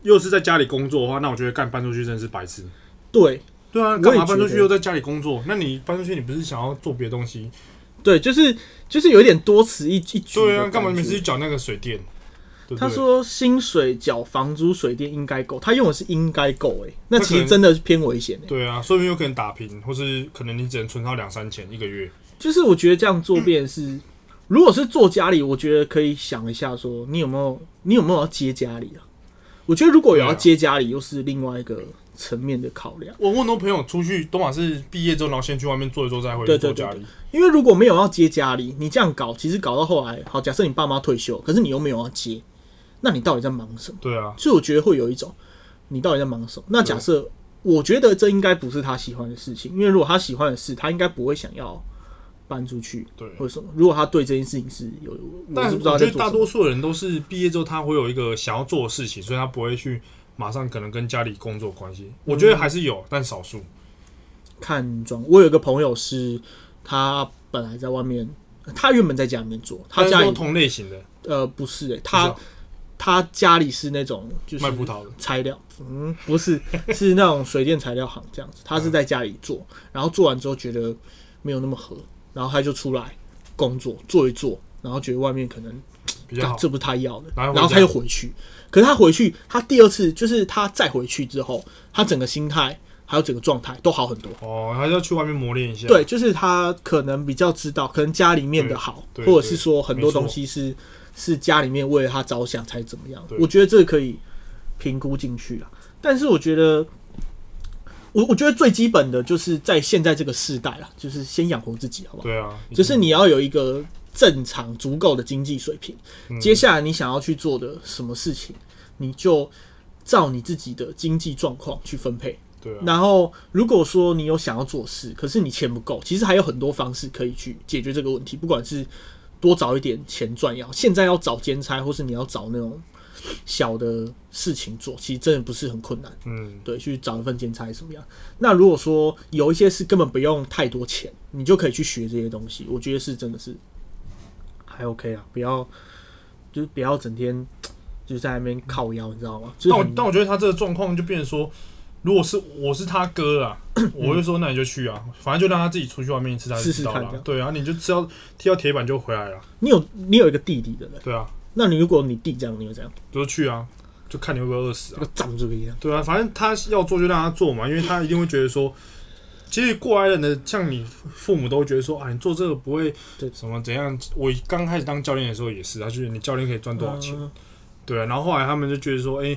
B: 又是在家里工作的话，那我觉得干搬出去真的是白痴。
A: 对
B: 对啊，
A: 也觉
B: 干
A: 得
B: 嘛搬出去又在家里工作？那你搬出去，你不是想要做别的东西？
A: 对，就是就是有一点多此一举。
B: 对啊，干嘛每次去？缴那个水电？对不对
A: 他说薪水缴房租水电应该够，他用的是应该够，哎，那
B: 那
A: 其
B: 可
A: 实
B: 能
A: 真的是偏危险、欸。
B: 对啊，说不定有可能打平，或是可能你只能存到两三千一个月。
A: 就是我觉得这样做便
B: 嗯
A: 是，如果是做家里，我觉得可以想一下说你有没有你有没有要接家里啊？我觉得如果有要
B: 对啊
A: 接家里，又是另外一个层面的考量。
B: 我问很多朋友出去，都嘛是毕业之后，然后先去外面做一做，再回
A: 对
B: 去
A: 对
B: 做
A: 对
B: 家
A: 对
B: 里。
A: 因为如果没有要接家里，你这样搞，其实搞到后来，好，假设你爸妈退休，可是你又没有要接，那你到底在忙什么？
B: 对啊，
A: 所以我觉得会有一种，你到底在忙什么？那假设，我觉得这应该不是他喜欢的事情，因为如果他喜欢的事，他应该不会想要搬出去
B: 对。
A: 或者什么。如果他对这件事情是有，我
B: 但
A: 是
B: 我
A: 不知道他
B: 觉
A: 在
B: 得
A: 做
B: 大
A: 什么。
B: 多数人都是毕业之后，他会有一个想要做的事情，所以他不会去马上可能跟家里工作有关系。我觉
A: 嗯
B: 得还是有，但少数。
A: 看妆，我有一个朋友是，他本来在外面，他原本在家里面做，他
B: 但是
A: 家
B: 都
A: 里
B: 同类型的，
A: 呃不是、欸，
B: 不是
A: 他
B: 啊
A: 他家里是那种就是
B: 卖葡萄的，
A: 材料，嗯，不是， 是那种水电材料行这样子。他是在家里做，
B: 嗯
A: 然后做完之后觉得没有那么合，然后他就出来工作做一做，然后觉得外面可能
B: 比较
A: 干
B: 好。
A: 这不是他要的，
B: 然后
A: 然
B: 回
A: 后
B: 家
A: 他又回去。可是他回去，他第二次就是他再回去之后，他整个心态还有整个状态都好很多。
B: 哦，还是要去外面磨练一下。
A: 对，就是他可能比较知道，可能家里面的好，
B: 对对
A: 或者是说很多
B: 没错
A: 东西是是家里面为了他着想才怎么样。
B: 对
A: 我觉得这个可以评估进去啊。但是我觉得，我我觉得最基本的就是在现在这个时代啦，就是先养活自己，好不好？
B: 对啊，
A: 就是你要有一个正常足够的经济水平。
B: 嗯
A: 接下来你想要去做的什么事情，你就照你自己的经济状况去分配。
B: 对啊，
A: 然后，如果说你有想要做事，可是你钱不够，其实还有很多方式可以去解决这个问题。不管是多找一点钱赚也好，现在要找兼差，或是你要找那种小的事情做，其实真的不是很困难。
B: 嗯，
A: 对，去找一份兼差什么样？那如果说有一些是根本不用太多钱，你就可以去学这些东西，我觉得是真的是还 OK 啊，不要就是不要整天就是在那边靠腰，你知道吗？就是
B: 但我
A: 很
B: 但我觉得他这个状况就变成说，如果是我是他哥啊，我会说那你就去啊，反正就让他自己出去外面吃，他就
A: 嗯试
B: 知
A: 试
B: 道
A: 看
B: 了
A: 这
B: 啊。
A: 样
B: 对啊，你就知道踢到铁板就回来了。
A: 你有你有一个弟弟的人，
B: 对啊，
A: 那你如果你弟这样，你会怎样？
B: 就去啊，就看你会不会饿死啊
A: 这。个站住一样。
B: 对啊，反正他要做就让他做嘛，因为他一定会觉得说，其实过来人的像你父母都会觉得说啊，你做这个不会
A: 对
B: 什么怎样。我刚开始当教练的时候也是，他就觉得你教练可以赚多少钱，
A: 嗯
B: 对啊。然后后来他们就觉得说，哎、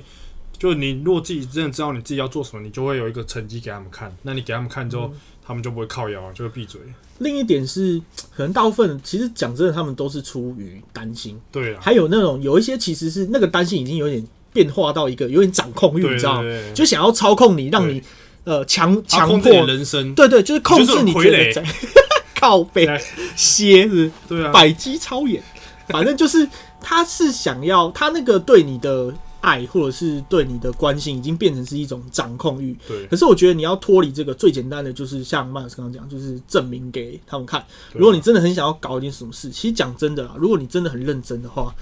B: 就你如果自己真的知道你自己要做什么，你就会有一个成绩给他们看。那你给他们看之后，
A: 嗯
B: 他们就不会靠腰啊，就会闭嘴。
A: 另一点是，可能大部分其实讲真的，他们都是出于担心，
B: 对啊，
A: 还有那种有一些其实是那个担心已经有点变化到一个有点掌控欲，
B: 对
A: 你
B: 对
A: 知道吗？
B: 对，
A: 就想要操控你，让
B: 对
A: 你呃强
B: 他
A: 强
B: 控制
A: 迫
B: 你，的人生。
A: 对对，就是控
B: 就是
A: 制
B: 很
A: 你
B: 傀
A: 觉得
B: 儡
A: 怎 靠 背
B: 对啊
A: 蝎子
B: 对啊，
A: 百鸡超演，反正就是他是想要他那个对你的爱或者是对你的关心，已经变成是一种掌控欲，
B: 对
A: 可是我觉得你要脱离这个，最简单的就是像迈尔斯刚刚讲，就是证明给他们看。
B: 对啊
A: 如果你啊真的很想要搞一点什么事，其实讲真的啦，如果你真的很认真的话，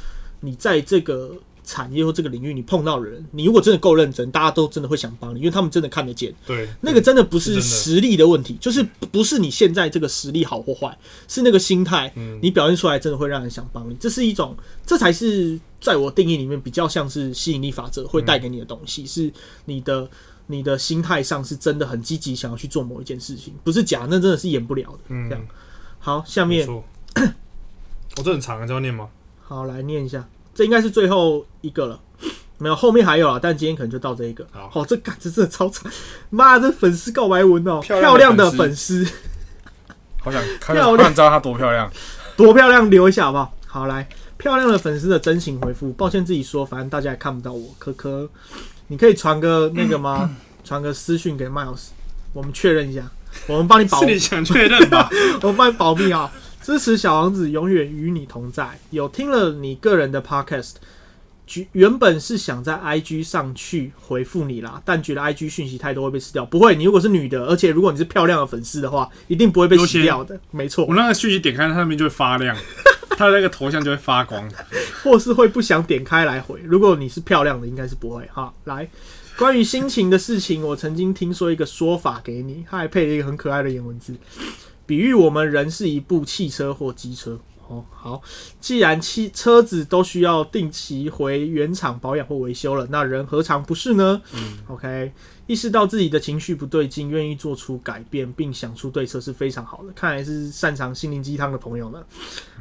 A: 你在这个产业或这个领域你碰到的人，你如果真的够认真，大家都真的会想帮你，因为他们真的看得见。
E: 对，
A: 那个
B: 嗯
A: 真的不
E: 是真
A: 是
E: 的
A: 实力的问题，就是不不是你现在这个实力好或坏，是那个心态，
B: 嗯
A: 你表现出来真的会让人想帮你。这是一种，这才是在我定义里面比较像是吸引力法则会带给你的东西，是你的你的心态上是真的很积极，想要去做某一件事情，不是假，那真的是演不了的。
E: 嗯
A: 这，样好，下
E: 没
A: 面
E: 错。我、这很长啊，这要念吗？
A: 好来念一下，这应该是最后一个了。 没有，后面还有啊，但今天可能就到这一个。
E: 好
A: 好，这感这真的超惨，妈的，这粉丝告白文哦，
B: 漂
A: 漂亮
B: 亮的
A: 的
B: 粉丝
A: 粉丝。
B: 好想
A: 漂
B: 看，
A: 亮
B: 好想知道她多漂亮。
A: 多漂亮，留一下好不好？好，来，漂亮的粉丝的真情回复，抱歉自己说，反正大家也看不到我，可可，你可以传个那个吗？传个私讯给 Miles，我们确认一下，我们帮 你保
E: 是，你想确认吧？
A: 我们帮你保密啊！支持小王子永远与你同在。有听了你个人的 Podcast，举原本是想在 IG 上去回复你啦，但觉得 IG 讯息太多会被撕掉。不会，你如果是女的，而且如果你是漂亮的粉丝的话，一定不会被
B: 优
A: 洗
B: 先
A: 掉的。没错，
B: 我那个讯息点开，它上面就会发亮，她的那个头像就会发光。
A: 或是会不想点开来回。如果你是漂亮的，应该是不会哈。来，关于心情的事情，我曾经听说一个说法给你，他还配了一个很可爱的颜文字，比喻我们人是一部汽车或机车。哦，好，既然汽车子都需要定期回原厂保养或维修了，那人何尝不是呢、o k 意识到自己的情绪不对劲，愿意做出改变并想出对策是非常好的。看来是擅长心灵鸡汤的朋友呢。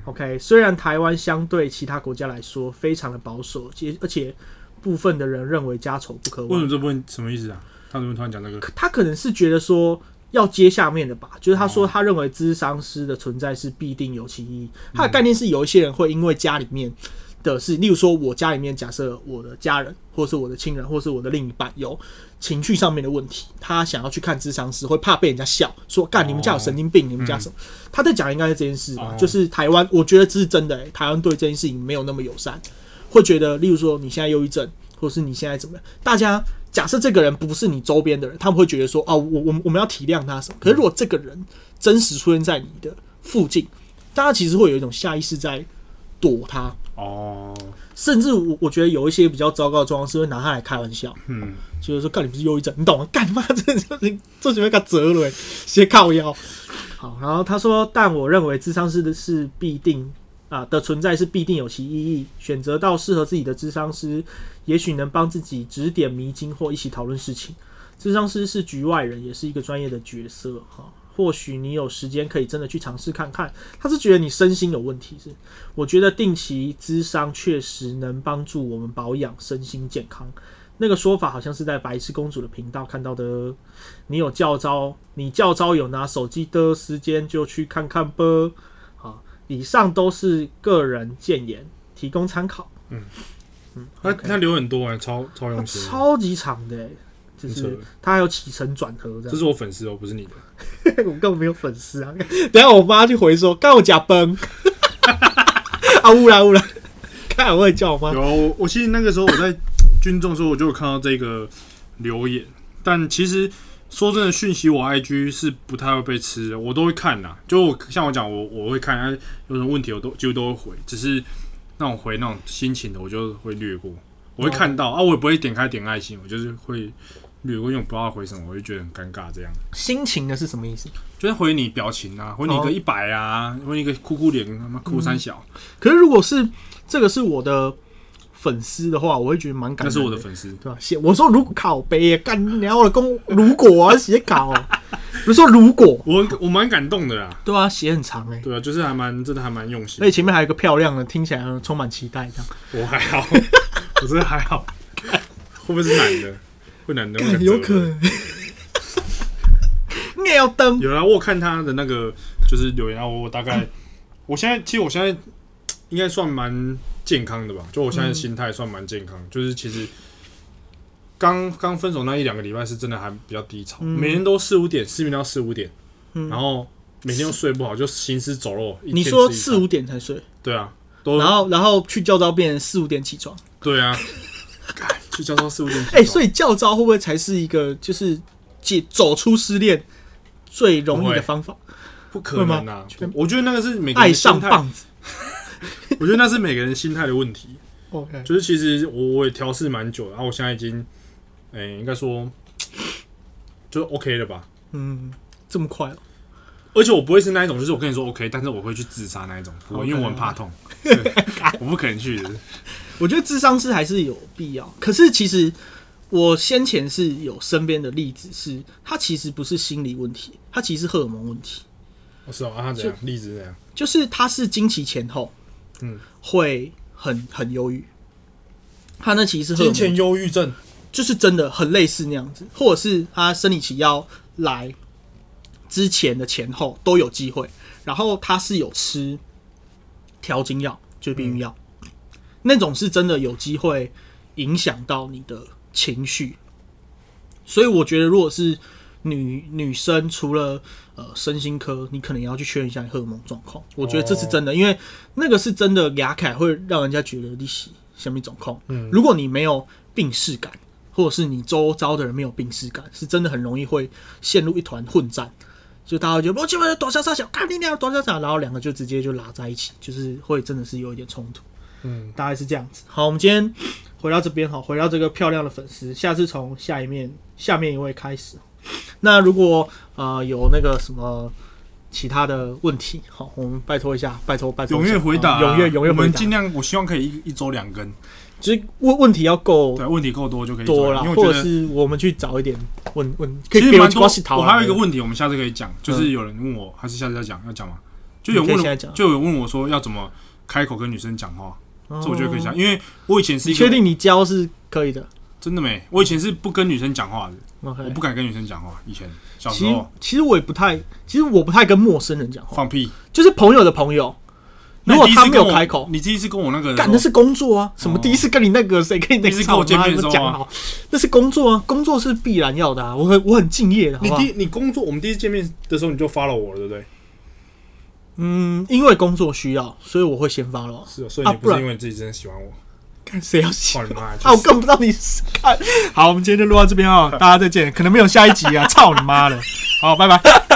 A: OK，虽然台湾相对其他国家来说非常的保守，且而且部分的人认为家丑不可
B: 为什
A: 外
B: 么，这部分什么意思啊？他怎么突然讲这个？
A: 可他可能是觉得说要接下面的吧，就是他说他认为智商师的存在是必定有其意义。他的概念是有一些人会因为家里面的事，例如说我家里面假设我的家人，或是我的亲人，或是我的另一半有情绪上面的问题，他想要去看智商师，会怕被人家笑说干你们家有神经病，你们家什么？他在讲应该是这件事吧，
B: 哦
A: 就是台湾，我觉得这是真的、欸，台湾对这件事情没有那么友善，会觉得例如说你现在忧郁症，或是你现在怎么样，大家。假设这个人不是你周边的人，他们会觉得说：“哦，我我们我们要体谅他什么？”可是如果这个人真实出现在你的附近，大家其实会有一种下意识在躲他，
B: 哦，
A: 甚至我我觉得有一些比较糟糕的状况是会拿他来开玩笑，
B: 嗯，
A: 就是说干你不是忧郁症，你懂吗？干嘛这这这准备给他折了，斜靠腰。好，然后他说，但我认为智商师的是必定啊、的存在是必定有其意义，选择到适合自己的智商师，也许能帮自己指点迷津或一起讨论事情。智商师是局外人，也是一个专业的角色哈。或许你有时间可以真的去尝试看看。他是觉得你身心有问题是？我觉得定期咨商确实能帮助我们保养身心健康。那个说法好像是在白痴公主的频道看到的。你有教招，你教招有拿手机的时间就去看看吧。啊，以上都是个人建言，提供参考。嗯
B: 他
A: OK
B: 他留很多哎，超
A: 它
B: 超用心。
A: 超级长的欸、就
B: 很扯
A: 是它还有起承转合这
B: 这
A: 样。
B: 是我粉丝哦，不是你的。
A: 我根本没有粉丝啊！ 等一下我妈就回说：“干我假崩！” 啊乌啦乌啦，看我也叫我妈
B: 有啊，我我其实那个时候我在军中的时候，我就有看到这个留言，但其实说真的，讯息我 IG 是不太会被吃的，我都会看呐。就我像我讲，我我会看，哎有什么问题我都几乎都会回，只是那种回那种心情的，我就会略过。我会看到、啊，我也不会点开点爱心，我就是会略过，因为我不知道回什么，我就觉得很尴尬这样。
A: 心情的是什么意思？
B: 就是回你表情啊，回你一
A: 哦嗯
B: 个一百啊，回你一个哭哭脸，他妈哭三小，
A: 可是如果是这个是我的粉丝的话，我会觉得蛮感人
B: 那是我的粉丝。
A: 对吧？写我说如果考杯耶，干你娘我的公如果啊写 稿啊，我说如果
B: 我很我蛮感动的啦，
A: 对啊写很长哎、
B: 对啊，就是还蛮真的还蛮用心
A: 而且。前面还有一个漂亮的，听起来充满期待这样。
B: 我还好， 我真的还好。会不会是男的？会男的？我
A: 干
B: 敢
A: 有
B: 责
A: 可
B: 任
A: 能 尿灯
B: 有啦，我有看他的那个就是留言啊，我我大概，我现在其实我现在应该算蛮健康的吧，就我现
A: 嗯
B: 在的心态算蛮健康，就是其实刚刚分手那一两个礼拜是真的还比较低潮，
A: 嗯
B: 每天都四五点，失眠到四五点，然后每天都睡不好，就行尸走肉。一
A: 你
B: 天
A: 说
B: 吃一
A: 四
B: 餐
A: 五点才睡，
B: 对啊，都
A: 然后然后去教招变成四五点起床。
B: 对啊，干去教授四五点起
A: 哎、
B: 床，
A: 所以教招会不会才是一个就是解走出失恋最容易的方法？
B: 不可能啊
A: 会吗！
B: 我觉得那个是每个人
A: 爱
B: 的心
A: 上
B: 态
A: 棒子，
B: 我觉得那是每个人心态的问题。
A: OK，
B: 就是其实我我也调试蛮久的，然、后我现在已经，哎、应该说就 OK 了吧。
A: 嗯，这么快哦
B: 而且我不会是那一种，就是我跟你说 OK，但是我会去自杀那一种，我
A: OK
B: 因为我很怕痛，对我不可能去的。
A: 我觉得智商是还是有必要，可是其实我先前是有身边的例子是，它其实不是心理问题，它其实是荷尔蒙问题，
B: 我 是哦，啊，他怎样？例子是怎样？
A: 就是他是经期前后，
B: 嗯，
A: 会很很忧郁，他那其实是荷尔
F: 金钱
A: 蒙
F: 忧郁症，
A: 就是真的很类似那样子，或者是他生理期要来之前的前后都有机会。然后他是有吃调经药，就是避孕药，那种是真的有机会影响到你的情绪。所以我觉得，如果是女女生，除了呃身心科，你可能也要去确认一下你荷尔蒙状况。我觉得这是真的，因为那个是真的牙凯会让人家觉得你是什么状况。嗯，如果你没有病逝感，或者是你周遭的人没有病逝感，是真的很容易会陷入一团混战。就大家会觉得哦我基本上躲小傻小，看你俩躲小傻，然后两个就直接就拉在一起，就是会真的是有一点冲突。
F: 嗯，
A: 大概是这样子。好，我们今天回到这边，好，回到这个漂亮的粉丝，下次从下一面下面一位开始。那如果呃有那个什么其他的问题，好，我们拜托一下，拜托拜托
B: 嗯踊
A: 一下，
B: 跃回答、
A: 啊踊跃踊跃
B: 我
A: 回
B: 们
A: 答
B: 尽，量，我希望可以一一周两更，
A: 就是问问题要够
B: 对，问题够多就可以一周
A: 多啦
B: 两更，因为
A: 或
B: 我
A: 者
B: 觉得。
A: 是我们去找一点问问，可
B: 其
A: 以
B: 实
A: 别
B: 蛮
A: 人
B: 多，
A: 是桃
B: 我
A: 啊
B: 还有一个问题，我们下次可以讲，就是有人问我，还是下次再讲，要讲吗？就有
A: 嗯你可以
B: 问
A: 现在
B: 我，
A: 讲
B: 就有问我说要怎么开口跟女生讲话，这我觉得可以讲，
A: 哦
B: 因为我以前是
A: 你
B: 一个
A: 确定你教是可以的
B: 真的没，我以前是不跟女生讲话的，
A: ？OK，
B: 我不敢跟女生讲哦话，以前小时
A: 其实
B: 候
A: 其实我也不太，其实我不太跟陌生人讲话，
B: 放屁。
A: 就是朋友的朋友，
B: 那
A: 如
B: 你
A: 果
B: 第一
A: 他
B: 次
A: 没
B: 跟
A: 有
B: 我
A: 开口，
B: 你第一次跟我那个的时
A: 干
B: 候
A: 那是工作啊，什么
B: 哦
A: 第一次跟你那个谁跟你那
B: 第一
A: 个
B: 次跟我
A: 操妈
B: 见面的
A: 不
B: 时候
A: 讲
B: 啊
A: 好，那是工作啊，工作是必然要的啊，我很我很敬业的，好
F: 你
A: 不好？啊
F: 第你工作，我们第一次见面的时候你就发了我了，对不对？
A: 嗯，因为工作需要，所以我会先发了。
F: 是哦，所以你
A: 啊不
F: 不是
A: 然
F: 因为你自己真的喜 欢我，
A: 看谁要洗
F: 操你妈！
A: 啊，我更不知道你是啊啊看。好，我们今天就录到这边哦，大家再见，可能没有下一集啊，操你妈的，好，拜拜。